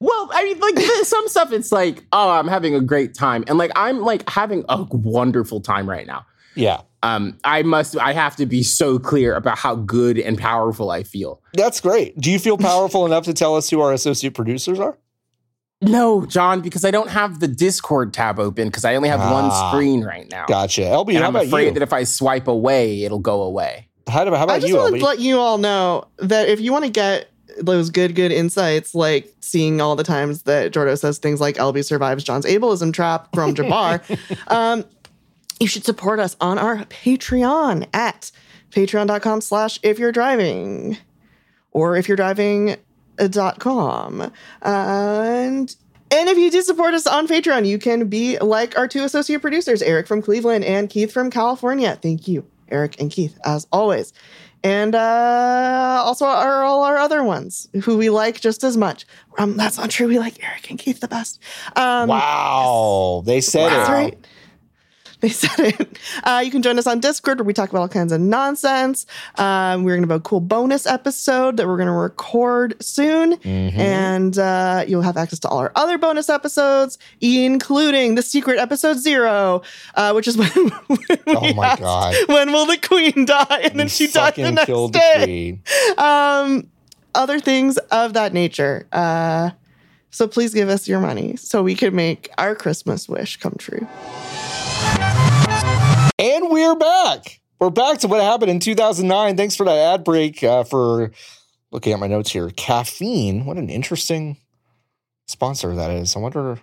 Speaker 4: Well, I mean, like th- some stuff, it's like, oh, I'm having a great time, and like I'm like having a wonderful time right now.
Speaker 1: Yeah.
Speaker 4: Um, I must, I have to be so clear about how good and powerful I feel.
Speaker 1: That's great. Do you feel powerful enough to tell us who our associate producers are?
Speaker 4: No, John, because I don't have the Discord tab open because I only have
Speaker 1: Ah.
Speaker 4: one screen right now,
Speaker 1: Gotcha. LB,
Speaker 4: and
Speaker 1: how
Speaker 4: I'm
Speaker 1: about
Speaker 4: afraid
Speaker 1: you?
Speaker 4: that if I swipe away, it'll go away.
Speaker 1: how, do- how
Speaker 3: I
Speaker 1: about
Speaker 3: just
Speaker 1: you,
Speaker 3: want
Speaker 1: LB?
Speaker 3: to let you all know that if you want to get those good, good insights, like seeing all the times that Jordo says things like LB survives John's ableism trap from Jabbar, um, you should support us on our Patreon at patreon.com slash if you're driving or if you're driving uh, dot com and and if you do support us on patreon you can be like our two associate producers eric from cleveland and keith from california thank you eric and keith as always and uh, also are all our other ones who we like just as much um, that's not true we like eric and keith the best um,
Speaker 1: wow. They said
Speaker 4: Wow.
Speaker 1: it.
Speaker 3: that's right. They said it. Uh, you can join us on Discord where we talk about all kinds of nonsense. Um, we're going to have a cool bonus episode that we're going to record soon.
Speaker 1: Mhm.
Speaker 3: And uh, you'll have access to all our other bonus episodes, including the secret episode zero, uh, which is when, when
Speaker 1: Oh
Speaker 3: we
Speaker 1: my
Speaker 3: asked,
Speaker 1: God.
Speaker 3: when will the queen die? And then
Speaker 1: You
Speaker 3: she died the
Speaker 1: fucking
Speaker 3: next
Speaker 1: killed
Speaker 3: day
Speaker 1: the queen.
Speaker 3: um, other things of that nature. Uh, so please give us your money so we can make our Christmas wish come true.
Speaker 1: And we're back. We're back to what happened in 2009. Thanks for that ad break. Uh, for looking at my notes here, caffeine. What an interesting sponsor that is. I wonder.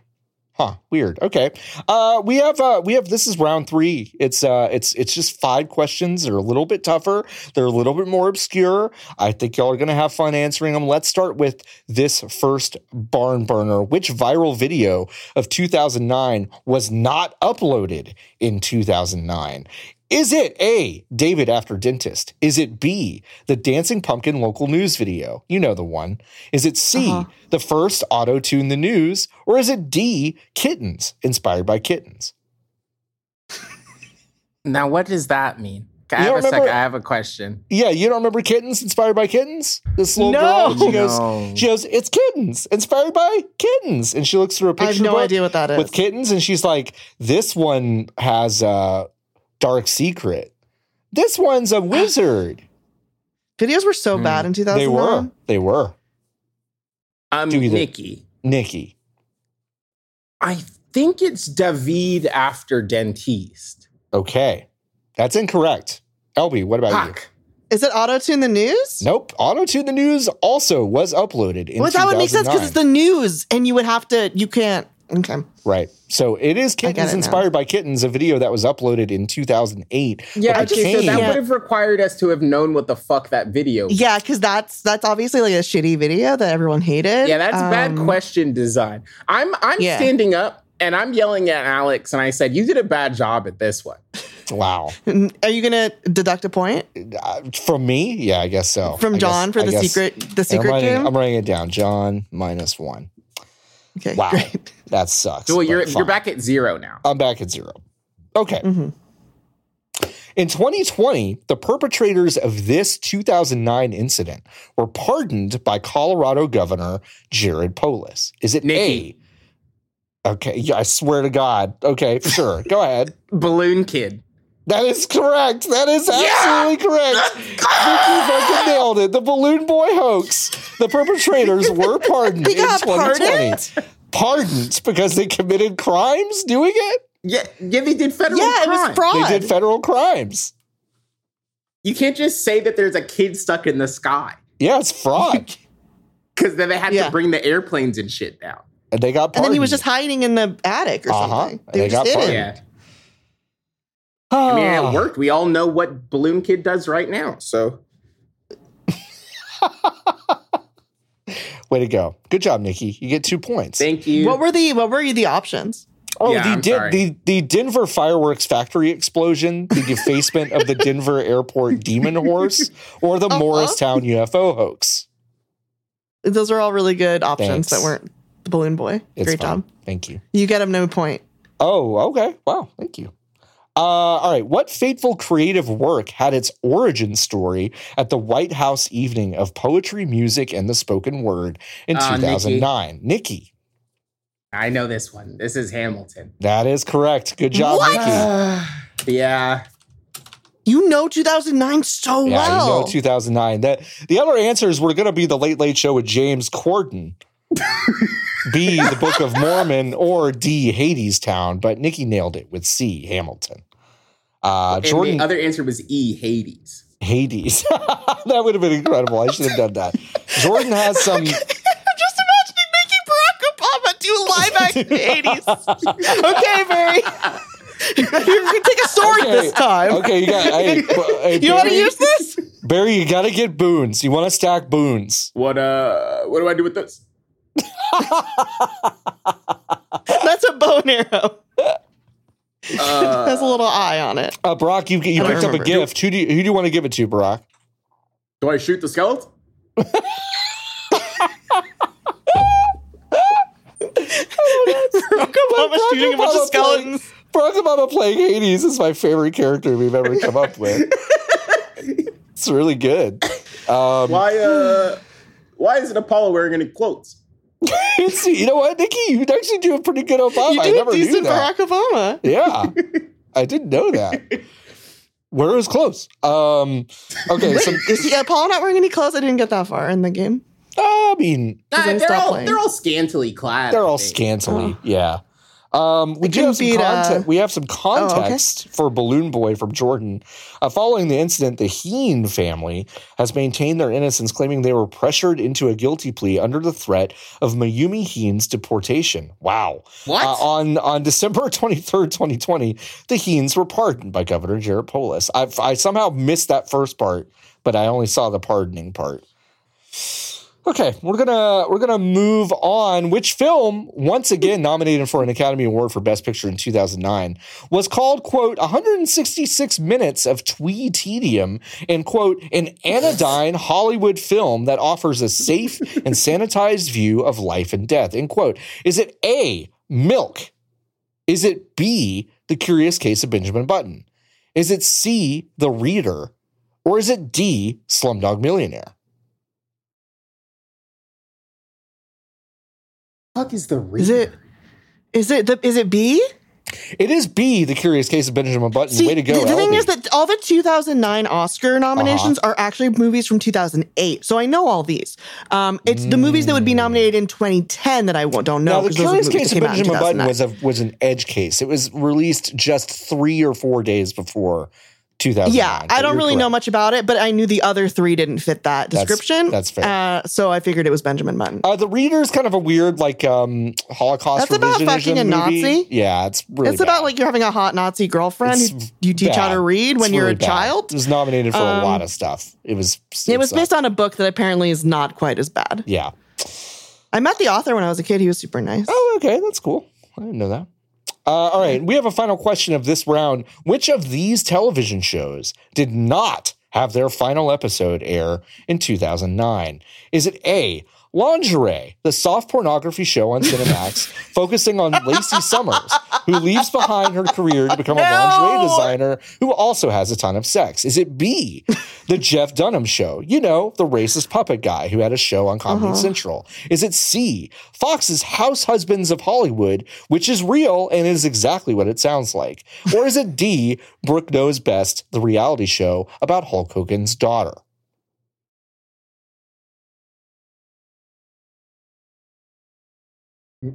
Speaker 1: Huh? Weird. Okay. Uh, we have uh, we have. This is round three. It's uh, it's it's just five questions. They're a little bit tougher. They're a little bit more obscure. I think y'all are gonna have fun answering them. Let's start with this first barn burner. Which viral video of 2009 was not uploaded in 2009? Is it A, David after dentist? Is it B, the dancing pumpkin local news video? You know the one. Is it C,
Speaker 3: Uh-huh.
Speaker 1: the first auto tune the news? Or is it D, kittens, inspired by kittens?
Speaker 4: Now, what does that mean? I
Speaker 1: You
Speaker 4: have
Speaker 1: don't
Speaker 4: a sec.
Speaker 1: remember-
Speaker 4: I have a question.
Speaker 1: Yeah, you don't remember kittens, inspired by kittens? This little
Speaker 3: No.
Speaker 1: girl, she goes,
Speaker 4: No.
Speaker 1: she goes, it's kittens, inspired by kittens. And she looks through a
Speaker 3: I
Speaker 1: picture
Speaker 3: have no
Speaker 1: book.
Speaker 3: idea what that is.
Speaker 1: with kittens and she's like this one has a dark secret this one's a wizard
Speaker 3: Videos were so
Speaker 4: Hmm.
Speaker 3: bad in 2009.
Speaker 1: they were they were
Speaker 4: Um,
Speaker 1: Do either.
Speaker 4: Nikki,
Speaker 1: nikki
Speaker 4: I think it's David after dentiste.
Speaker 1: okay that's incorrect elby what about
Speaker 4: Fuck.
Speaker 3: Is it auto tune the news?
Speaker 1: you nope auto tune the news also was uploaded in
Speaker 3: well, that would make sense because it's the news, and you would have to. You can't. Okay.
Speaker 1: right so it is
Speaker 3: I get
Speaker 1: kittens
Speaker 3: it now.
Speaker 1: inspired by kittens a video that was uploaded in 2008
Speaker 4: Yeah,
Speaker 1: but
Speaker 4: I just, so
Speaker 1: became-
Speaker 4: that
Speaker 3: Yeah.
Speaker 4: would have required us to have known what the fuck that video. was.
Speaker 3: Yeah, because that's that's obviously like a shitty video that everyone hated.
Speaker 4: yeah, that's bad
Speaker 3: Um,
Speaker 4: question design. I'm I'm
Speaker 3: Yeah.
Speaker 4: standing up and I'm yelling at Alex and I said, "You did a bad job at this one."
Speaker 1: wow
Speaker 3: Are you gonna deduct a point
Speaker 1: Uh, from me yeah i guess so
Speaker 3: from
Speaker 1: Oh, I guess-
Speaker 3: John for
Speaker 1: I
Speaker 3: the
Speaker 1: guess-
Speaker 3: secret the
Speaker 1: I'm
Speaker 3: secret
Speaker 1: writing,
Speaker 3: game?
Speaker 1: I'm writing it down john minus one
Speaker 3: Okay,
Speaker 1: Wow.
Speaker 3: great.
Speaker 1: That sucks.
Speaker 4: So
Speaker 1: but
Speaker 4: you're
Speaker 1: fine.
Speaker 4: you're back at zero now.
Speaker 1: I'm back at zero. Okay.
Speaker 3: hmm
Speaker 1: In 2020, the perpetrators of this 2009 incident were pardoned by Colorado Governor Jared Polis. Is it
Speaker 4: Nikki.
Speaker 1: A? Okay. Yeah, I swear to God. Okay, sure. Go ahead.
Speaker 4: Balloon Kid.
Speaker 1: That is correct. That is absolutely correct. Nikki fucking nailed it. The balloon boy hoax. The perpetrators were pardoned
Speaker 3: They
Speaker 1: in
Speaker 3: got
Speaker 1: 2020. Pardoned because they committed crimes doing it.
Speaker 4: Yeah, yeah, they did federal
Speaker 3: Yeah, it was
Speaker 4: crime.
Speaker 3: fraud.
Speaker 1: They did federal crimes.
Speaker 4: you can't just say that there's a kid stuck in the sky
Speaker 1: Yeah, it's fraud.
Speaker 4: because then they had
Speaker 3: Yeah.
Speaker 4: to bring the airplanes and shit down.
Speaker 1: and they got pardoned.
Speaker 3: and then he was just hiding in the attic or
Speaker 1: Uh-huh.
Speaker 3: something.
Speaker 1: And
Speaker 3: They,
Speaker 1: they
Speaker 3: just
Speaker 1: got
Speaker 3: did
Speaker 1: pardoned.
Speaker 3: it.
Speaker 4: Yeah, I mean
Speaker 1: Oh.
Speaker 4: it worked. We all know what Balloon Kid does right now. So
Speaker 1: Way to go! Good job, Nikki. You get two points.
Speaker 4: thank you.
Speaker 3: What were the what were the options?
Speaker 1: oh,
Speaker 4: Yeah,
Speaker 1: the,
Speaker 4: I'm
Speaker 1: Den-
Speaker 4: sorry.
Speaker 1: the the Denver fireworks factory explosion, the defacement of the Denver airport demon horse, or the
Speaker 3: Uh-huh.
Speaker 1: Morristown UFO hoax.
Speaker 3: Those are all really good
Speaker 1: Thanks.
Speaker 3: options that weren't the balloon boy.
Speaker 1: It's
Speaker 3: Great
Speaker 1: fine.
Speaker 3: job.
Speaker 1: Thank you.
Speaker 3: You get him no point.
Speaker 1: Oh, okay. Wow. Thank you. Uh, all right. What fateful creative work had its origin story at the White House evening of poetry, music, and the spoken word in
Speaker 4: Uh, Nikki.
Speaker 1: 2009? Nikki.
Speaker 4: I know this one. This is Hamilton.
Speaker 1: That is correct. Good job,
Speaker 3: What?
Speaker 1: Nikki.
Speaker 4: yeah.
Speaker 3: You know 2009 so
Speaker 1: Yeah,
Speaker 3: well.
Speaker 1: you know 2009. That the other answers were going to be the Late Late Show with James Corden, B the Book of Mormon, or D Hades Town. But Nikki nailed it with C Hamilton. Uh,
Speaker 4: And
Speaker 1: Jordan
Speaker 4: the other answer was E, Hades.
Speaker 1: Hades. that would have been incredible. I should have done that. Jordan has some.
Speaker 3: I'm just imagining making Barack Obama do live act in the 80s. Okay, Barry. You're going to take a sword
Speaker 1: Okay.
Speaker 3: this time.
Speaker 1: Okay, you got. Hey, b- hey,
Speaker 3: You want to
Speaker 1: Barry-
Speaker 3: use this?
Speaker 1: Barry? You got to get boons. You want to stack boons.
Speaker 4: What uh what do I do with this?
Speaker 3: That's a bow and arrow.
Speaker 4: Uh,
Speaker 3: Has a little eye on it.
Speaker 1: Uh, Brock, you you
Speaker 3: I
Speaker 1: picked up a
Speaker 3: remember.
Speaker 1: gift. Who do you, who do you want to give it to, Brock?
Speaker 4: do I shoot the skeleton?
Speaker 3: Barack Obama
Speaker 1: Barack
Speaker 3: shooting a bunch
Speaker 1: Obama
Speaker 3: of skeletons.
Speaker 1: Barack Obama playing Hades is my favorite character we've ever come up with. it's really good. Um,
Speaker 4: Why uh why isn't Apollo wearing any clothes?
Speaker 1: it's- you know what, Nikki? You actually do a pretty good Obama. Oh,
Speaker 3: You
Speaker 1: I
Speaker 3: did a
Speaker 1: never knew
Speaker 3: decent
Speaker 1: that.
Speaker 3: Barack Obama.
Speaker 1: Yeah, I didn't know that. Where is close? Um, okay, so
Speaker 3: Is yeah, Paul not wearing any clothes? I didn't get that far in the game.
Speaker 1: I mean
Speaker 3: Does
Speaker 4: Nah,
Speaker 3: it
Speaker 4: they're
Speaker 3: stop
Speaker 4: all
Speaker 3: playing?
Speaker 4: they're all scantily clad.
Speaker 1: they're
Speaker 4: I
Speaker 1: all
Speaker 4: think.
Speaker 1: scantily, yeah. Um, we
Speaker 3: It
Speaker 1: do
Speaker 3: can
Speaker 1: have some
Speaker 3: beat, uh,
Speaker 1: context. we have some
Speaker 3: okay.
Speaker 1: context for Balloon Boy from Jordan. Uh, following the incident, the Heen family has maintained their innocence, claiming they were pressured into a guilty plea under the threat of Mayumi Heen's deportation. Wow!
Speaker 4: What?
Speaker 1: Uh, on on December twenty third, twenty twenty, the Heens were pardoned by Governor Jared Polis. I I somehow missed that first part, but I only saw the pardoning part. Okay, we're gonna we're gonna move on. Which film, once again nominated for an Academy Award for Best Picture in 2009, was called quote 166 minutes of twee tedium and quote an anodyne Hollywood film that offers a safe and sanitized view of life and death end quote. Is it A Milk? Is it B The Curious Case of Benjamin Button? Is it C The Reader? Or is it D Slumdog Millionaire?
Speaker 4: fuck is the reason?
Speaker 3: Is it? Is it the? Is it B?
Speaker 1: It is B, The Curious Case of Benjamin Button. Way to go,
Speaker 3: The, the thing
Speaker 1: LB.
Speaker 3: is that all the 2009 Oscar nominations
Speaker 1: Uh-huh.
Speaker 3: are actually movies from 2008, so I know all these. Um, it's the movies that would be nominated in 2010 that I won't, don't
Speaker 1: now,
Speaker 3: know.
Speaker 1: The
Speaker 3: 'cause those are
Speaker 1: Curious
Speaker 3: movies
Speaker 1: Case
Speaker 3: that
Speaker 1: of
Speaker 3: came out in
Speaker 1: Benjamin Button
Speaker 3: 2009.
Speaker 1: was a, was an edge case. It was released just three or four days before 2009.
Speaker 3: yeah,
Speaker 1: but
Speaker 3: I don't
Speaker 1: you're
Speaker 3: really know
Speaker 1: correct.
Speaker 3: much about it, but I knew the other three didn't fit that
Speaker 1: That's-
Speaker 3: description.
Speaker 1: that's fair.
Speaker 3: Uh, so I figured it was Benjamin Button.
Speaker 1: Uh, the Reader is kind of a weird, like, um, Holocaust
Speaker 3: That's about
Speaker 1: revisionism
Speaker 3: fucking a
Speaker 1: movie.
Speaker 3: Nazi?
Speaker 1: Yeah, it's really
Speaker 3: it's about
Speaker 1: bad.
Speaker 3: like you're having a hot Nazi girlfriend who
Speaker 1: It's
Speaker 3: you teach how
Speaker 1: bad.
Speaker 3: to read
Speaker 1: It's
Speaker 3: when you're
Speaker 1: really
Speaker 3: a
Speaker 1: bad.
Speaker 3: child.
Speaker 1: It was nominated for a
Speaker 3: Um,
Speaker 1: lot of stuff. It was.
Speaker 3: It was
Speaker 1: sucked.
Speaker 3: based on a book that apparently is not quite as bad.
Speaker 1: Yeah.
Speaker 3: I met the author when I was a kid. He was super nice.
Speaker 1: Oh, okay, that's cool. I didn't know that. Uh, all right, we have a final question of this round. Which of these television shows did not have their final episode air in 2009? Is it A, Lingerie, the soft pornography show on Cinemax focusing on Lacey Summers, who leaves behind her career to become a lingerie designer who also has a ton of sex? Is it B, The Jeff Dunham Show? You know, the racist puppet guy who had a show on Comedy Central. Is it C, Fox's House Husbands of Hollywood, which is real and is exactly what it sounds like? Or is it D, Brooke Knows Best, the reality show about Hulk Hogan's daughter?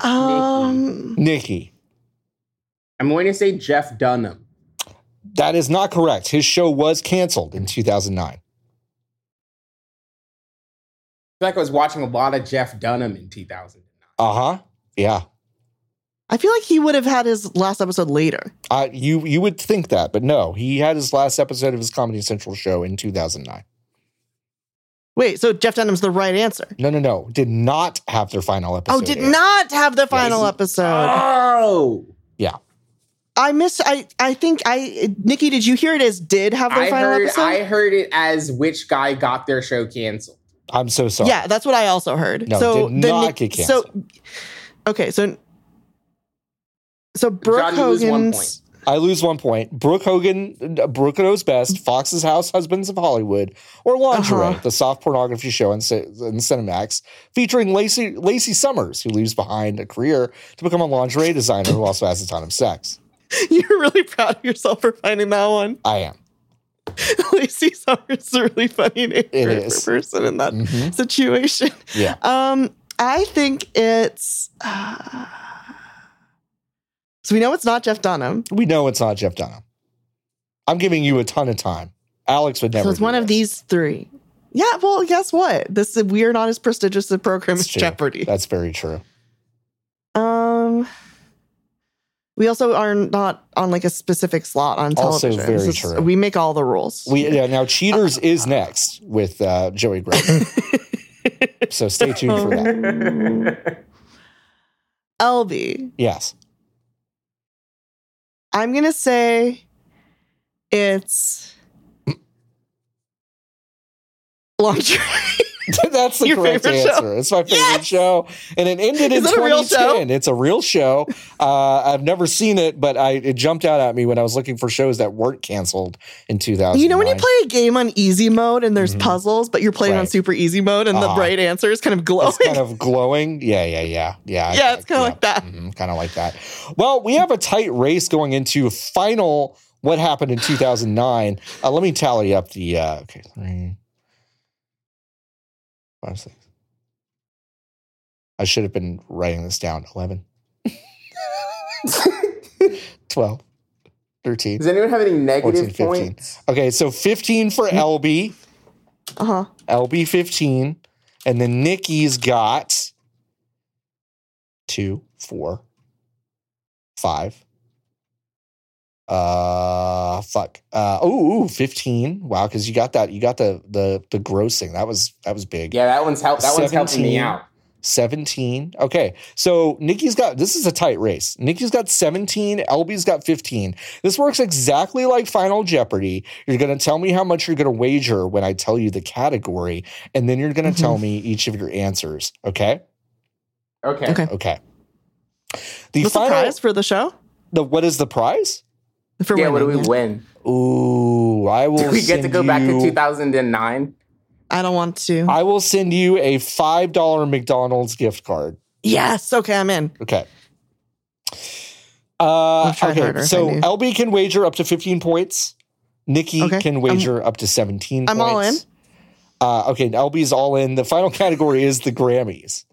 Speaker 1: Oh.
Speaker 3: Um,
Speaker 1: Nikki.
Speaker 4: I'm going to say Jeff Dunham.
Speaker 1: That is not correct. His show was canceled in 2009.
Speaker 4: I feel like I was watching a lot of Jeff Dunham in 2000.
Speaker 1: Uh huh. Yeah.
Speaker 3: I feel like he would have had his last episode later.
Speaker 1: Uh, you you would think that, but no. He had his last episode of his Comedy Central show in 2009.
Speaker 3: Wait, so Jeff Dunham's the right answer.
Speaker 1: No, no, no. Did not have their final episode.
Speaker 3: oh, did
Speaker 1: air.
Speaker 3: not have the final
Speaker 1: Yes.
Speaker 3: episode.
Speaker 1: Uh,
Speaker 4: Oh,
Speaker 3: I miss. I I think I Nikki. Did you hear it as did have their
Speaker 4: I
Speaker 3: final
Speaker 4: heard
Speaker 3: episode?
Speaker 4: I heard it as which guy got their show canceled.
Speaker 1: I'm so sorry.
Speaker 3: Yeah, that's what I also heard.
Speaker 1: No,
Speaker 3: so
Speaker 1: did
Speaker 3: the
Speaker 1: not
Speaker 3: Nick-
Speaker 1: get
Speaker 3: So okay, so so Brooke
Speaker 4: John, you lose one
Speaker 3: Hogan's
Speaker 4: point.
Speaker 1: I lose one point. Brooke Hogan, Brooke knows best. Fox's House, Husbands of Hollywood, or Lingerie,
Speaker 3: Uh-huh.
Speaker 1: the soft pornography show in, Ci- in Cinemax, featuring Lacey, Lacey Summers, who leaves behind a career to become a lingerie designer who also has a ton of sex.
Speaker 3: You're really proud of yourself for finding that one.
Speaker 1: I am.
Speaker 3: Lacey Summers is a really funny name
Speaker 1: It
Speaker 3: for,
Speaker 1: is.
Speaker 3: for a person in that
Speaker 1: Mhm.
Speaker 3: situation.
Speaker 1: Yeah.
Speaker 3: Um, I think it's. Uh, so we know it's not Jeff Dunham.
Speaker 1: We know it's not Jeff Dunham. I'm giving you a ton of time. Alex would never.
Speaker 3: so it's
Speaker 1: do
Speaker 3: one of
Speaker 1: this.
Speaker 3: these three. Yeah, well, guess what? This we are not as prestigious a program
Speaker 1: That's
Speaker 3: as
Speaker 1: true.
Speaker 3: Jeopardy.
Speaker 1: That's very true.
Speaker 3: Um, we also are not on like a specific slot on
Speaker 1: Also
Speaker 3: television.
Speaker 1: very
Speaker 3: This
Speaker 1: true.
Speaker 3: We make all the rules.
Speaker 1: We yeah, now Cheaters
Speaker 3: Uh-huh.
Speaker 1: is next with uh, Joey Gray. so stay tuned for that.
Speaker 3: LB,
Speaker 1: Yes.
Speaker 3: I'm gonna say it's lingerie.
Speaker 1: That's the
Speaker 3: Your
Speaker 1: correct
Speaker 3: favorite
Speaker 1: answer.
Speaker 3: show?
Speaker 1: It's my favorite
Speaker 3: Yes!
Speaker 1: show, and it ended in
Speaker 3: Is it a real
Speaker 1: 2010. It's a real show. Uh, I've never seen it, but I it jumped out at me when I was looking for shows that weren't canceled in 2000.
Speaker 3: You know when you play a game on easy mode and there's
Speaker 1: Mhm.
Speaker 3: puzzles, but you're playing on
Speaker 1: Right.
Speaker 3: super easy mode and
Speaker 1: Uh-huh.
Speaker 3: the right answer is kind of glowing.
Speaker 1: it's kind of glowing. Yeah, yeah, yeah, yeah.
Speaker 3: Yeah, it's kinda like that.
Speaker 1: kind of Mm-hmm, like that. Well, we have a tight race going into final. What happened in 2009? Uh, let me tally up the uh, okay three, five, six. I should have been writing this down. 11, 12, 13.
Speaker 2: Does anyone have any negative
Speaker 1: 14, 15.
Speaker 2: points?
Speaker 1: Okay, so 15 for LB, Mm-hmm.
Speaker 3: uh huh.
Speaker 1: LB 15, and then Nikki's got two, four, five. Uh, fuck. Uh, ooh, ooh, 15. Wow, because you got that. You got the the the grossing. That was that was big.
Speaker 4: Yeah, that one's help. That one's helping me
Speaker 1: 17.
Speaker 4: out.
Speaker 1: 17. Okay. So Nikki's got this is a tight race. Nikki's got 17, LB's got 15. This works exactly like Final Jeopardy. You're going to tell me how much you're going to wager when I tell you the category, and then you're going to
Speaker 4: Mm-hmm.
Speaker 3: Mhm.
Speaker 1: tell me each of your answers. Okay.
Speaker 4: Okay.
Speaker 3: Okay.
Speaker 1: Okay. The
Speaker 3: What's the
Speaker 1: final.
Speaker 3: prize for the show?
Speaker 1: The, what is the prize?
Speaker 3: For
Speaker 4: Yeah, what do
Speaker 3: winning,
Speaker 4: we
Speaker 3: yeah.
Speaker 4: win?
Speaker 1: Ooh, I will.
Speaker 4: Do we get to
Speaker 1: send
Speaker 4: go back to
Speaker 1: you-
Speaker 4: 2009?
Speaker 3: I don't want to.
Speaker 1: I will send you a five dollar McDonald's gift card.
Speaker 3: yes. Okay, I'm in.
Speaker 1: Okay. Uh,
Speaker 3: I'll try
Speaker 1: okay.
Speaker 3: harder if
Speaker 1: so
Speaker 3: I need.
Speaker 1: LB can wager up to 15 points. Nikki
Speaker 3: Okay,
Speaker 1: can
Speaker 3: I'm-
Speaker 1: wager up to 17
Speaker 3: I'm
Speaker 1: points.
Speaker 3: all
Speaker 1: Uh, okay. LB's all in. The final category is the Grammys.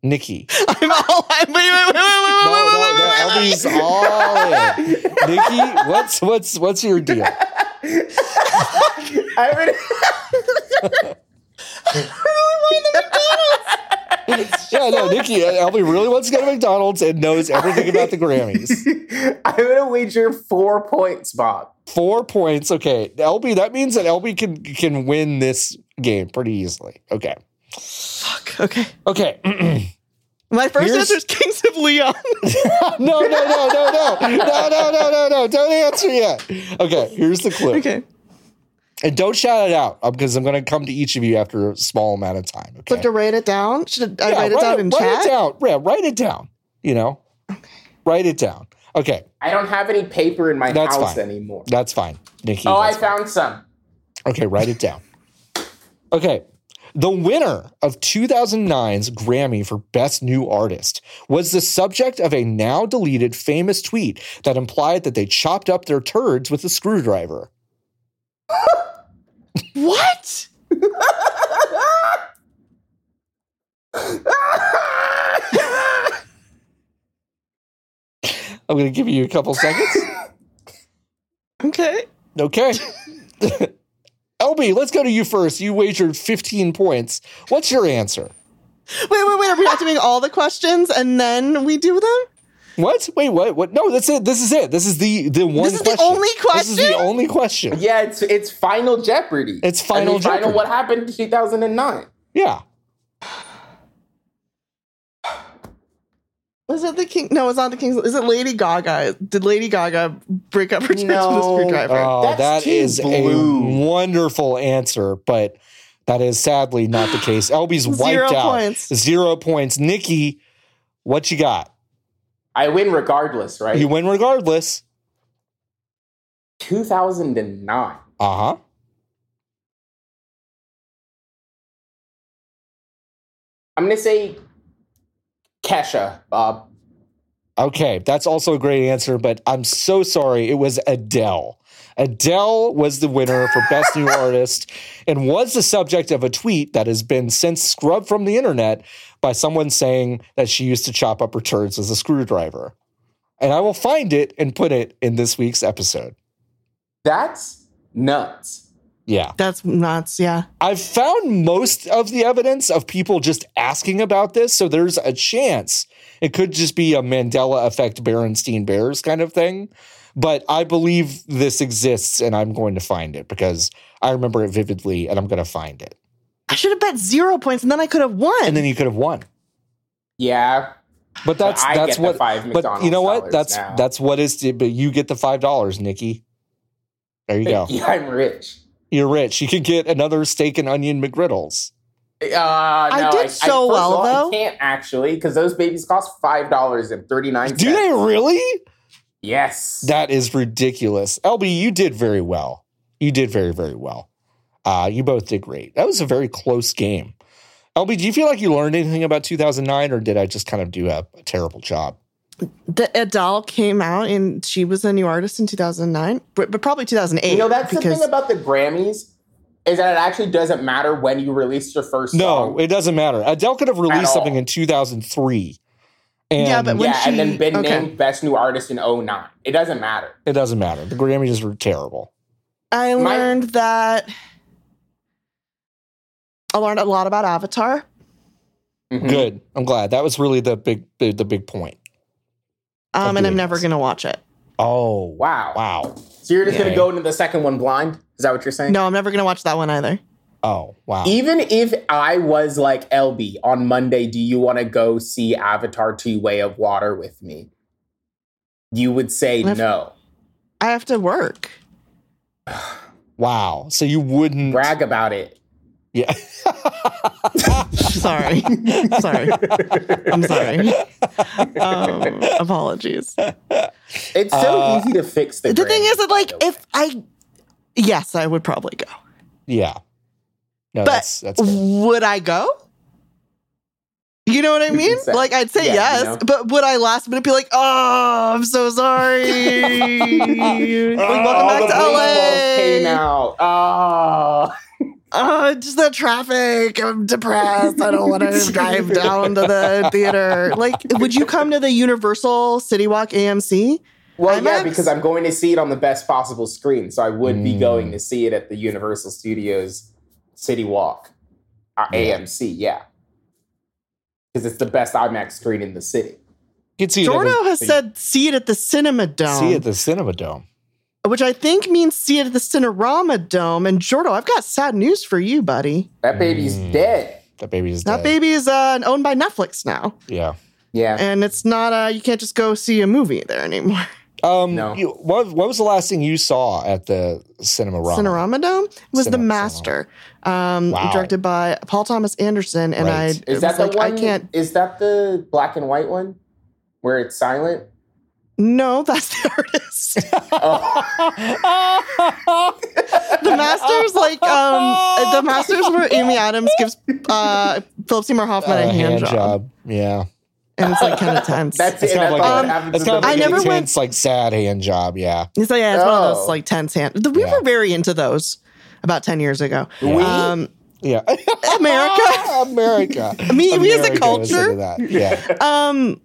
Speaker 1: Nikki.
Speaker 3: I'm all. I'm, wait, wait, wait,
Speaker 1: No,
Speaker 3: wait,
Speaker 1: no,
Speaker 3: wait, wait, wait,
Speaker 1: no.
Speaker 3: wait, wait,
Speaker 1: LB's all
Speaker 3: wait.
Speaker 1: in. Nikki, what's what's what's your deal?
Speaker 4: I would.
Speaker 1: Yeah, no, Nikki. uh, LB really wants to go to McDonald's and knows everything about the Grammys.
Speaker 4: I'm gonna wager four points, Bob.
Speaker 1: Four points. Okay. LB, that means that LB can can win this game pretty easily. Okay.
Speaker 3: Fuck. Okay.
Speaker 1: Okay.
Speaker 3: My first
Speaker 1: Here's-
Speaker 3: answer is Kings of Leon.
Speaker 1: No, no, no, no, no, no, no, no, no, no. Don't answer yet. Okay, here's the clue.
Speaker 3: okay.
Speaker 1: And don't shout it out uh, because I'm going to come to each of you after a small amount of time.
Speaker 3: So I
Speaker 1: Okay.
Speaker 3: have to write it down. Should I
Speaker 1: Yeah,
Speaker 3: write it down in
Speaker 1: write
Speaker 3: chat?
Speaker 1: it down. Yeah, write it down. You know, write it down. Okay,
Speaker 4: I don't have any paper in my
Speaker 1: That's
Speaker 4: house
Speaker 1: fine.
Speaker 4: anymore.
Speaker 1: that's fine, Nikki.
Speaker 4: oh, I
Speaker 1: that's
Speaker 4: found some.
Speaker 1: Okay, write it down. Okay. The winner of 2009's Grammy for Best New Artist was the subject of a now deleted famous tweet that implied that they chopped up their turds with a screwdriver.
Speaker 3: What?
Speaker 1: I'm going to give you a couple seconds.
Speaker 3: Okay.
Speaker 1: Okay. LB, let's go to you first. You wagered 15 points. What's your answer?
Speaker 3: Wait, wait, wait. Are we not doing all the questions and then we do them?
Speaker 1: What? Wait, what? What? No, that's it. This is it. This is the the one.
Speaker 3: This is the
Speaker 1: question.
Speaker 3: only
Speaker 1: This is the
Speaker 3: question?
Speaker 1: only question.
Speaker 4: Yeah, it's it's Final Jeopardy.
Speaker 1: It's Final Jeopardy.
Speaker 4: Final. What happened in 2009?
Speaker 1: Yeah.
Speaker 3: Was it the King? No, it's not the King's. Is it Lady Gaga? Did Lady Gaga break up her tits with a
Speaker 4: No.
Speaker 3: screwdriver?
Speaker 1: Oh,
Speaker 4: That's
Speaker 1: that
Speaker 4: too
Speaker 1: is
Speaker 4: blue.
Speaker 1: a wonderful answer, but that is sadly not the case. LB's wiped
Speaker 3: Zero
Speaker 1: out.
Speaker 3: points.
Speaker 1: Zero points. Nikki, what you got?
Speaker 4: I win regardless, right?
Speaker 1: You win regardless.
Speaker 4: 2009.
Speaker 1: Uh huh.
Speaker 4: I'm going to say Kesha, Bob.
Speaker 1: Okay, that's also a great answer, but I'm so sorry. It was Adele. Adele was the winner for Best New Artist and was the subject of a tweet that has been since scrubbed from the internet by someone saying that she used to chop up her turds as a screwdriver. And I will find it and put it in this week's episode.
Speaker 4: That's nuts.
Speaker 1: Yeah.
Speaker 3: That's nuts. Yeah.
Speaker 1: I've found most of the evidence of people just asking about this. So there's a chance it could just be a Mandela effect Berenstein Bears kind of thing. But I believe this exists and I'm going to find it because I remember it vividly and I'm going to find it.
Speaker 3: I should have bet zero points and then I could have won.
Speaker 1: And then you could have won.
Speaker 4: Yeah.
Speaker 1: But that's
Speaker 4: I
Speaker 1: that's
Speaker 4: get the
Speaker 1: what
Speaker 4: five
Speaker 1: but you know
Speaker 4: McDonald's
Speaker 1: what?
Speaker 4: dollars
Speaker 1: That's
Speaker 4: now.
Speaker 1: that's what is but you get the $5, Nikki. There you go.
Speaker 4: Yeah, I'm rich.
Speaker 1: You're rich. You could get another steak and onion McGriddles.
Speaker 4: Uh, no, I
Speaker 3: did
Speaker 4: first
Speaker 3: so
Speaker 4: of
Speaker 3: well,
Speaker 4: all,
Speaker 3: though.
Speaker 4: I can't actually because those babies cost five dollars and thirty nine.
Speaker 1: Do they really?
Speaker 4: Yes.
Speaker 1: That is ridiculous. LB, you did very well. You did very, very well. Uh, you both did great. That was a very close game. LB, do you feel like you learned anything about 2009 or did I just kind of do a, a terrible job?
Speaker 3: The Adele came out and she was a new artist in 2009, but, but probably 2008.
Speaker 4: you know that's the
Speaker 3: because-
Speaker 4: thing about the Grammys is that it actually doesn't matter when you released your first
Speaker 1: No,
Speaker 4: song.
Speaker 1: it doesn't matter. Adele could have released
Speaker 4: all.
Speaker 1: something in 2003. And
Speaker 3: Yeah, but when-
Speaker 4: yeah, and
Speaker 3: she-
Speaker 4: then been
Speaker 3: okay.
Speaker 4: named best new artist in 09. It doesn't matter.
Speaker 1: it doesn't matter. The Grammys were terrible.
Speaker 3: I
Speaker 4: My-
Speaker 3: learned that I learned a lot about Avatar.
Speaker 4: Mhm.
Speaker 1: Good. I'm glad. That was really the big the, the big point.
Speaker 3: Um,
Speaker 1: Okay.
Speaker 3: and I'm never gonna watch it.
Speaker 1: Oh,
Speaker 4: Wow.
Speaker 1: Wow.
Speaker 4: So you're just
Speaker 1: Yeah.
Speaker 4: gonna go into the second one blind? Is that what you're saying?
Speaker 3: No, I'm never gonna watch that one either.
Speaker 1: Oh, wow.
Speaker 4: Even if I was like LB on Monday, do you want to go see Avatar 2 Way of Water with me? You would say
Speaker 3: I've-
Speaker 4: no.
Speaker 3: I have to work.
Speaker 1: Wow. So you wouldn't
Speaker 4: Brag about it.
Speaker 1: Yeah.
Speaker 3: Sorry, sorry. I'm sorry. Um, apologies.
Speaker 4: It's so
Speaker 1: Uh,
Speaker 4: easy to fix the
Speaker 3: The thing
Speaker 4: Grammys,
Speaker 3: is that, like,
Speaker 4: by the way.
Speaker 3: if I, yes, I would probably go.
Speaker 1: Yeah. No,
Speaker 3: but
Speaker 1: that's that's fair.
Speaker 3: would I go? You know what I mean?
Speaker 4: say-
Speaker 3: like I'd say
Speaker 4: yeah, you
Speaker 3: yes,
Speaker 4: know.
Speaker 3: but would I last minute be like, oh, I'm so sorry. like,
Speaker 4: All
Speaker 3: welcome
Speaker 4: the
Speaker 3: back to
Speaker 4: blue balls came
Speaker 3: LA.
Speaker 4: out. Oh.
Speaker 3: Oh, just the traffic. I'm depressed. I don't want to drive down to the theater. Like, would you come to the Universal City Walk AMC?
Speaker 4: Well, yeah,
Speaker 3: IMAX?
Speaker 4: because I'm going to see it on the best possible screen, so I would be
Speaker 1: Mm.
Speaker 4: going to see it at the Universal Studios City Walk, uh,
Speaker 1: Yeah.
Speaker 4: AMC, yeah, because it's the best IMAX screen in the city.
Speaker 1: You could see it every-
Speaker 3: Jordo has said, see it at the Cinema Dome.
Speaker 1: see it at the Cinema Dome.
Speaker 3: which I think means see it at the Cinerama Dome. And Jordo, I've got sad news for you, buddy.
Speaker 4: That baby's
Speaker 1: Mm.
Speaker 4: dead.
Speaker 1: That baby is
Speaker 3: That
Speaker 1: dead.
Speaker 3: baby is uh, owned by Netflix now,
Speaker 1: Yeah.
Speaker 4: Yeah,
Speaker 3: and it's not. Uh, you can't just go see a movie there anymore.
Speaker 1: Um.
Speaker 4: No.
Speaker 1: You, what, what was the last thing you saw at the Cinema Rama?
Speaker 3: Cinerama Dome was
Speaker 1: Cinema-
Speaker 3: The Master, um,
Speaker 1: Wow.
Speaker 3: directed by Paul Thomas Anderson, and I
Speaker 1: Right.
Speaker 3: it
Speaker 4: is that
Speaker 3: was
Speaker 4: the one?
Speaker 3: like I can't.
Speaker 4: Is that the black and white one where it's silent?
Speaker 3: No, that's the artist.
Speaker 4: Oh.
Speaker 3: the Masters, like um, The Masters, where Amy Adams gives uh, Philip Seymour Hoffman
Speaker 1: Uh,
Speaker 3: a hand, job.
Speaker 1: Yeah.
Speaker 3: and it's like kind of tense.
Speaker 4: That's
Speaker 1: That's
Speaker 4: it.
Speaker 1: kind
Speaker 4: That's
Speaker 1: of
Speaker 4: all
Speaker 1: like
Speaker 4: that
Speaker 1: a,
Speaker 4: happens
Speaker 1: that's
Speaker 4: in
Speaker 1: kind of
Speaker 4: the
Speaker 1: like
Speaker 3: I
Speaker 1: an
Speaker 3: never
Speaker 4: movie.
Speaker 3: went-
Speaker 1: intense, like sad hand job. Yeah.
Speaker 3: It's like, yeah, it's one of
Speaker 4: Oh.
Speaker 3: those like tense hand. We
Speaker 1: Yeah.
Speaker 3: were very into those about ten years ago.
Speaker 1: We?
Speaker 3: Um,
Speaker 1: Yeah.
Speaker 3: America.
Speaker 1: America.
Speaker 3: Me- we as a
Speaker 1: America is into
Speaker 3: culture?
Speaker 1: That. Yeah.
Speaker 3: um,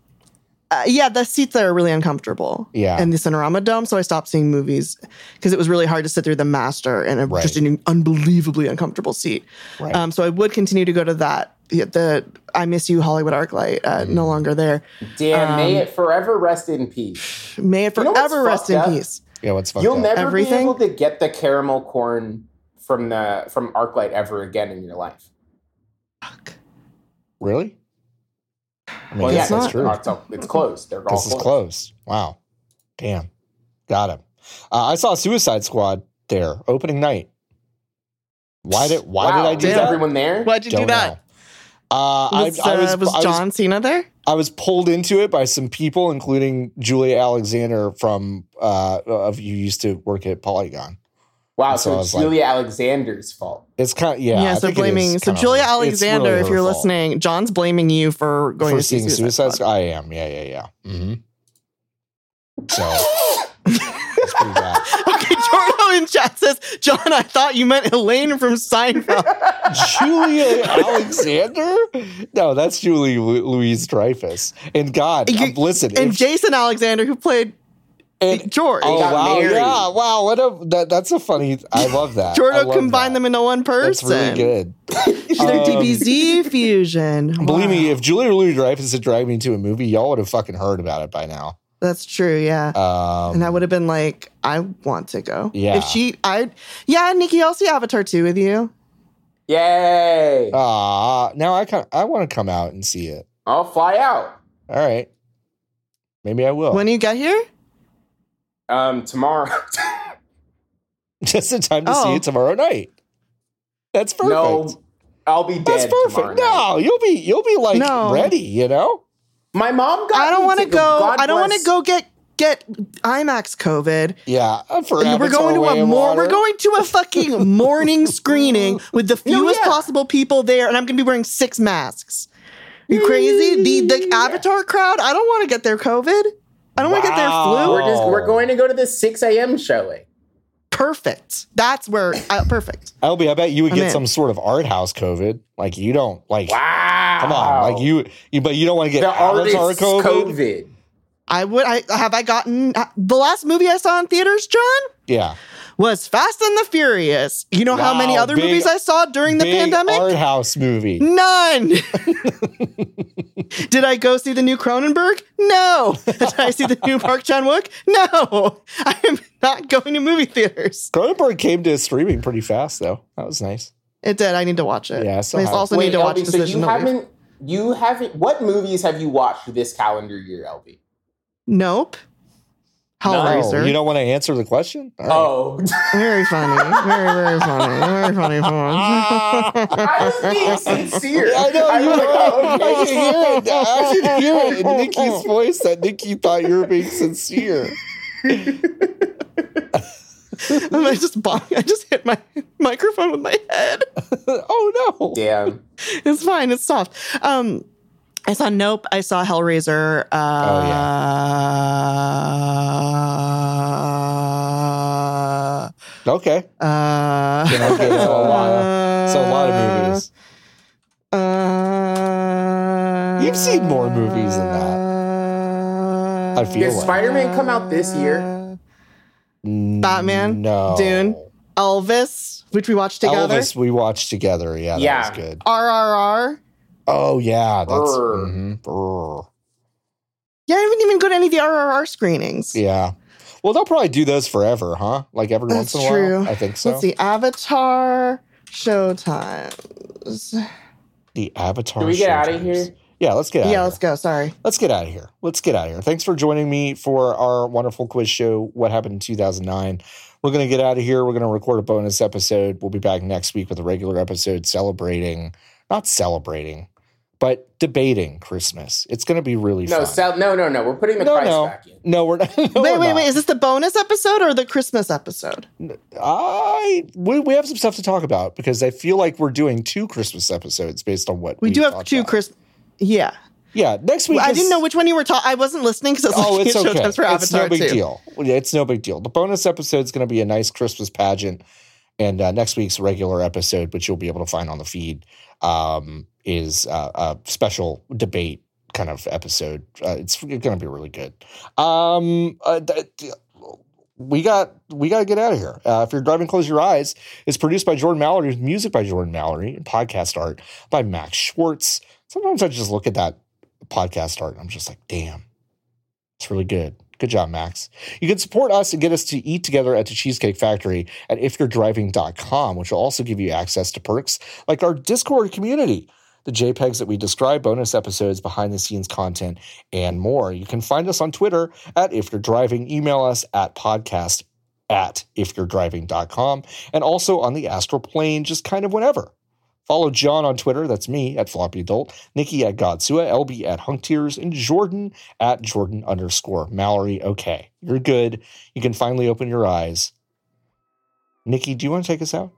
Speaker 3: uh, yeah, the seats there are really uncomfortable.
Speaker 1: Yeah.
Speaker 3: in the Cinerama Dome, so I stopped seeing movies because it was really hard to sit through the master in a,
Speaker 1: Right.
Speaker 3: just an unbelievably uncomfortable seat.
Speaker 1: Right.
Speaker 3: Um, so I would continue to go to that. The, the I miss you Hollywood ArcLight uh,
Speaker 1: Mm.
Speaker 3: no longer there.
Speaker 4: Damn, may
Speaker 3: Um,
Speaker 4: it forever rest in peace.
Speaker 3: May it
Speaker 4: You know what's
Speaker 3: forever rest
Speaker 4: fucked
Speaker 3: in
Speaker 4: up?
Speaker 3: peace.
Speaker 1: yeah. What's fucked
Speaker 4: You'll
Speaker 1: up?
Speaker 4: never
Speaker 3: Everything?
Speaker 4: be able to get the caramel corn from the from ArcLight ever again in your life.
Speaker 3: Fuck.
Speaker 1: really? I mean,
Speaker 4: Well,
Speaker 1: I
Speaker 4: yeah,
Speaker 1: guess
Speaker 4: it's,
Speaker 1: that's
Speaker 3: not-
Speaker 1: true.
Speaker 4: It's, all- it's closed. They're all
Speaker 1: This is closed. Wow. Damn. Got him. Uh, I saw Suicide Squad there opening night. Why did Why
Speaker 4: wow,
Speaker 1: did I do
Speaker 4: is
Speaker 1: that?
Speaker 4: everyone there?
Speaker 3: Why'd you do
Speaker 1: Don't
Speaker 3: that?
Speaker 1: know. Uh,
Speaker 3: Was,
Speaker 1: I, I
Speaker 3: uh,
Speaker 1: was,
Speaker 3: was
Speaker 1: I was-
Speaker 3: John Cena there?
Speaker 1: I was pulled into it by some people, including Julia Alexander from uh, of you used to work at Polygon.
Speaker 4: Wow,
Speaker 1: So I
Speaker 4: so,
Speaker 1: was
Speaker 4: it's
Speaker 1: like-
Speaker 4: Julia Alexander's fault.
Speaker 1: It's kind of yeah. I
Speaker 3: yeah, so
Speaker 1: think it is
Speaker 3: blaming so
Speaker 1: kinda
Speaker 3: Julia
Speaker 1: her- it's really
Speaker 3: Alexander, if
Speaker 1: her
Speaker 3: you're
Speaker 1: fault
Speaker 3: listening, John's blaming you for going
Speaker 1: for
Speaker 3: to see
Speaker 1: seeing
Speaker 3: Suicide,
Speaker 1: Suicide
Speaker 3: Squad.
Speaker 1: Squad. I am. Yeah, yeah, yeah. hmm So it's pretty bad.
Speaker 3: Okay, Jordo in chat says, John, I thought you meant Elaine from Seinfeld.
Speaker 1: Julia Alexander? No, that's Julie Lu- Louise Dreyfus. And God,
Speaker 3: You-
Speaker 1: I'm- listen,
Speaker 3: and
Speaker 1: if-
Speaker 3: Jason Alexander, who played
Speaker 1: and-
Speaker 3: George.
Speaker 1: oh
Speaker 4: got
Speaker 1: wow,
Speaker 4: married.
Speaker 1: yeah, wow, what a that, that's a funny. I love that. I
Speaker 3: Jordo
Speaker 1: love
Speaker 3: combined
Speaker 1: that.
Speaker 3: them into one
Speaker 1: That's really
Speaker 3: person.
Speaker 1: good.
Speaker 3: Their
Speaker 1: Um,
Speaker 3: DBZ fusion.
Speaker 1: Believe me,
Speaker 3: Wow.
Speaker 1: if Julia Louis Dreyfus had dragged me to a movie, y'all would have fucking heard about it by now.
Speaker 3: That's true, yeah.
Speaker 1: Um,
Speaker 3: and I would have been like, I want to go.
Speaker 1: Yeah.
Speaker 3: If she, I, yeah, Nikki, I'll see Avatar 2 with you.
Speaker 4: Yay!
Speaker 1: Ah, now I kind I want to come out and see it.
Speaker 4: I'll fly out
Speaker 1: All right, maybe I will.
Speaker 3: When you get here?
Speaker 4: um, tomorrow.
Speaker 1: Just in time to see
Speaker 3: Oh.
Speaker 1: it tomorrow night. That's perfect.
Speaker 4: no, I'll be dead.
Speaker 1: That's
Speaker 4: tomorrow
Speaker 1: perfect.
Speaker 4: night.
Speaker 1: No, you'll be you'll be like
Speaker 3: No.
Speaker 1: ready, you know?
Speaker 4: My mom got
Speaker 3: I don't
Speaker 4: me
Speaker 3: want to
Speaker 4: tickets.
Speaker 3: go.
Speaker 4: God
Speaker 3: I don't want to
Speaker 4: bless-
Speaker 3: go get get IMAX COVID.
Speaker 1: Yeah, uh, for
Speaker 3: we're
Speaker 1: Avatar
Speaker 3: going to
Speaker 1: Way
Speaker 3: a
Speaker 1: of
Speaker 3: more. We're
Speaker 1: Water.
Speaker 3: going to a fucking morning screening with the fewest
Speaker 4: yeah.
Speaker 3: possible people there, and I'm gonna be wearing six masks. You crazy? The the Avatar crowd. I don't want to get their COVID. I don't want to get their
Speaker 1: Wow.
Speaker 3: flu.
Speaker 4: We're just
Speaker 1: Oh.
Speaker 4: we're going to go to the six a.m. showing.
Speaker 3: Perfect. That's where uh, perfect.
Speaker 1: Albie, I bet you would
Speaker 3: I'm
Speaker 1: get
Speaker 3: in.
Speaker 1: some sort of art house COVID. Like you don't like.
Speaker 4: Wow!
Speaker 1: Come on, like you, you but you don't want to get
Speaker 4: the
Speaker 1: Avatar
Speaker 4: artist's
Speaker 1: COVID.
Speaker 4: COVID.
Speaker 3: I would. I have I gotten uh, the last movie I saw in theaters, John.
Speaker 1: Yeah,
Speaker 3: was Fast and the Furious. You know how many
Speaker 1: Wow,
Speaker 3: other
Speaker 1: big-
Speaker 3: movies I saw during the
Speaker 1: Big
Speaker 3: pandemic?
Speaker 1: art house movie.
Speaker 3: None. Did I go see the new Cronenberg? No. Did I see the new Park Chan Wook? No. I am not going to movie theaters.
Speaker 1: Cronenberg came to streaming pretty fast though. That was nice.
Speaker 3: It did. I need to watch it.
Speaker 1: Yeah, I saw
Speaker 3: I
Speaker 1: it.
Speaker 3: also
Speaker 4: Wait,
Speaker 3: need to watch
Speaker 4: LB, so
Speaker 3: Decision
Speaker 4: you
Speaker 3: to Leave.
Speaker 4: haven't you haven't what movies have you watched this calendar year, LB?
Speaker 3: Nope. Hellraiser.
Speaker 1: Oh, you don't want to answer the question? All right.
Speaker 4: Oh,
Speaker 3: Very funny. Very, very funny. Very funny. Funny.
Speaker 4: I was being sincere.
Speaker 1: I know you.
Speaker 4: was
Speaker 1: I
Speaker 4: like, oh,
Speaker 1: can hear it. I can hear it in Nikki's voice that Nikki thought you were being sincere.
Speaker 3: I just bonked. I just hit my microphone with my head.
Speaker 1: oh no!
Speaker 4: Damn.
Speaker 3: it's fine. It's soft. Um, I saw Nope. I saw Hellraiser. Uh,
Speaker 1: Oh, Okay.
Speaker 3: Uh, uh,
Speaker 1: Then I'll give it a lot of- so a lot of movies.
Speaker 3: Uh,
Speaker 1: You've seen more movies than
Speaker 3: that.
Speaker 1: I feel
Speaker 4: Did like. Spider-Man come out this year?
Speaker 3: Batman,
Speaker 1: No.
Speaker 3: Dune, Elvis, which we watched together.
Speaker 1: Elvis, we watched together. Yeah, that
Speaker 4: Yeah.
Speaker 1: was good.
Speaker 3: RRR.
Speaker 1: Oh yeah, that's
Speaker 4: Brr.
Speaker 1: mhm, brr.
Speaker 3: Yeah, I didn't even go to any of the RRR screenings.
Speaker 1: yeah. Well, they'll probably do those forever, huh? Like every
Speaker 3: That's
Speaker 1: once in a
Speaker 3: true.
Speaker 1: while. I think so.
Speaker 3: Let's see. Avatar Showtimes.
Speaker 1: The Avatar.
Speaker 4: Can we get out of
Speaker 1: showtimes.
Speaker 4: here?
Speaker 1: Yeah, let's get out.
Speaker 3: Yeah,
Speaker 1: of
Speaker 3: let's
Speaker 1: here.
Speaker 3: go. Sorry.
Speaker 1: let's get out of here. Let's get out of here. Thanks for joining me for our wonderful quiz show, What Happened in 2009. We're going to get out of here. We're going to record a bonus episode. We'll be back next week with a regular episode celebrating, not celebrating, but debating Christmas. It's going to be really
Speaker 4: No,
Speaker 1: fun.
Speaker 4: sell, no, no, no. We're putting the
Speaker 1: no,
Speaker 4: price
Speaker 1: no.
Speaker 4: back in.
Speaker 1: No, we're not. No,
Speaker 3: wait,
Speaker 1: we're
Speaker 3: wait,
Speaker 1: not.
Speaker 3: wait. Is this the bonus episode or the Christmas episode?
Speaker 1: I we, we have some stuff to talk about because I feel like we're doing two Christmas episodes based on what
Speaker 3: We do
Speaker 1: we've
Speaker 3: have
Speaker 1: talked
Speaker 3: two
Speaker 1: about.
Speaker 3: Christmas. Yeah.
Speaker 1: Yeah, next week.
Speaker 3: I
Speaker 1: is-
Speaker 3: didn't know which one you were talking. I wasn't listening because it's
Speaker 1: Oh,
Speaker 3: like
Speaker 1: it's okay.
Speaker 3: showtimes for
Speaker 1: it's
Speaker 3: Avatar
Speaker 1: no big
Speaker 3: too.
Speaker 1: deal. Yeah, It's no big deal. The bonus episode is going to be a nice Christmas pageant, and uh, next week's regular episode, which you'll be able to find on the feed, um, is uh, a special debate kind of episode. Uh, it's going to be really good. Um, uh, th- th- we got we got to get out of here. Uh, if you're driving, close your eyes. It's produced by Jordan Mallory with music by Jordan Mallory and podcast art by Max Schwartz. Sometimes I just look at that podcast art and I'm just like, damn. It's really good. Good job, Max. You can support us and get us to eat together at the Cheesecake Factory at ifyou'redriving.com, which will also give you access to perks like our Discord community, the JPEGs that we describe, bonus episodes, behind the scenes content, and more. You can find us on Twitter at if you're driving, email us at podcast at ifyou'redriving.com, and also on the astral plane just kind of whenever. Follow John on Twitter. That's me at Floppy Adult. Nikki at Godsua. LB at Hunk Tears. And Jordan at Jordan underscore Mallory. Okay, you're good. You can finally open your eyes. Nikki, do you want to take us out?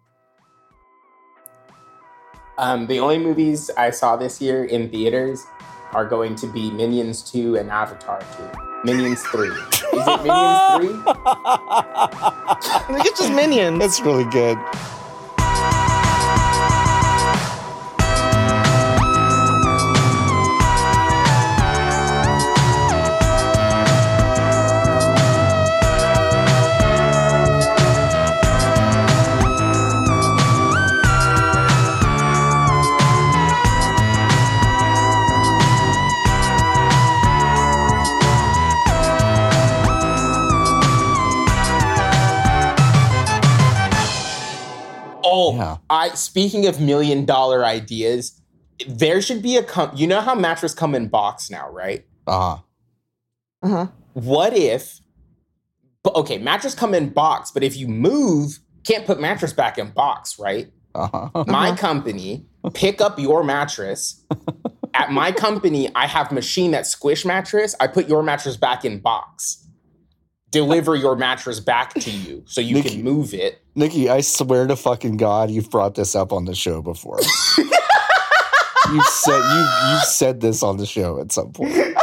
Speaker 4: Um, the only movies I saw this year in theaters are going to be Minions 2 and Avatar 2. Minions 3. Is it Minions 3?
Speaker 3: I think it's just minions.
Speaker 1: That's really good.
Speaker 4: Oh,
Speaker 1: Yeah.
Speaker 4: I speaking of million dollar ideas, there should be a com- you know how mattress come in box now, right?
Speaker 1: Ah,
Speaker 3: Uh-huh.
Speaker 4: What if but okay, mattress come in box, but if you move, can't put mattress back in box, right?
Speaker 1: uh-huh.
Speaker 4: My company pick up your mattress. At my company, I have machine that squish mattress. I put your mattress back in box. Deliver your mattress back to you so you
Speaker 1: Nikki-
Speaker 4: can move it.
Speaker 1: Nikki, I swear to fucking God, you've brought this up on the show before. you've said you have you've said this on the show at some point.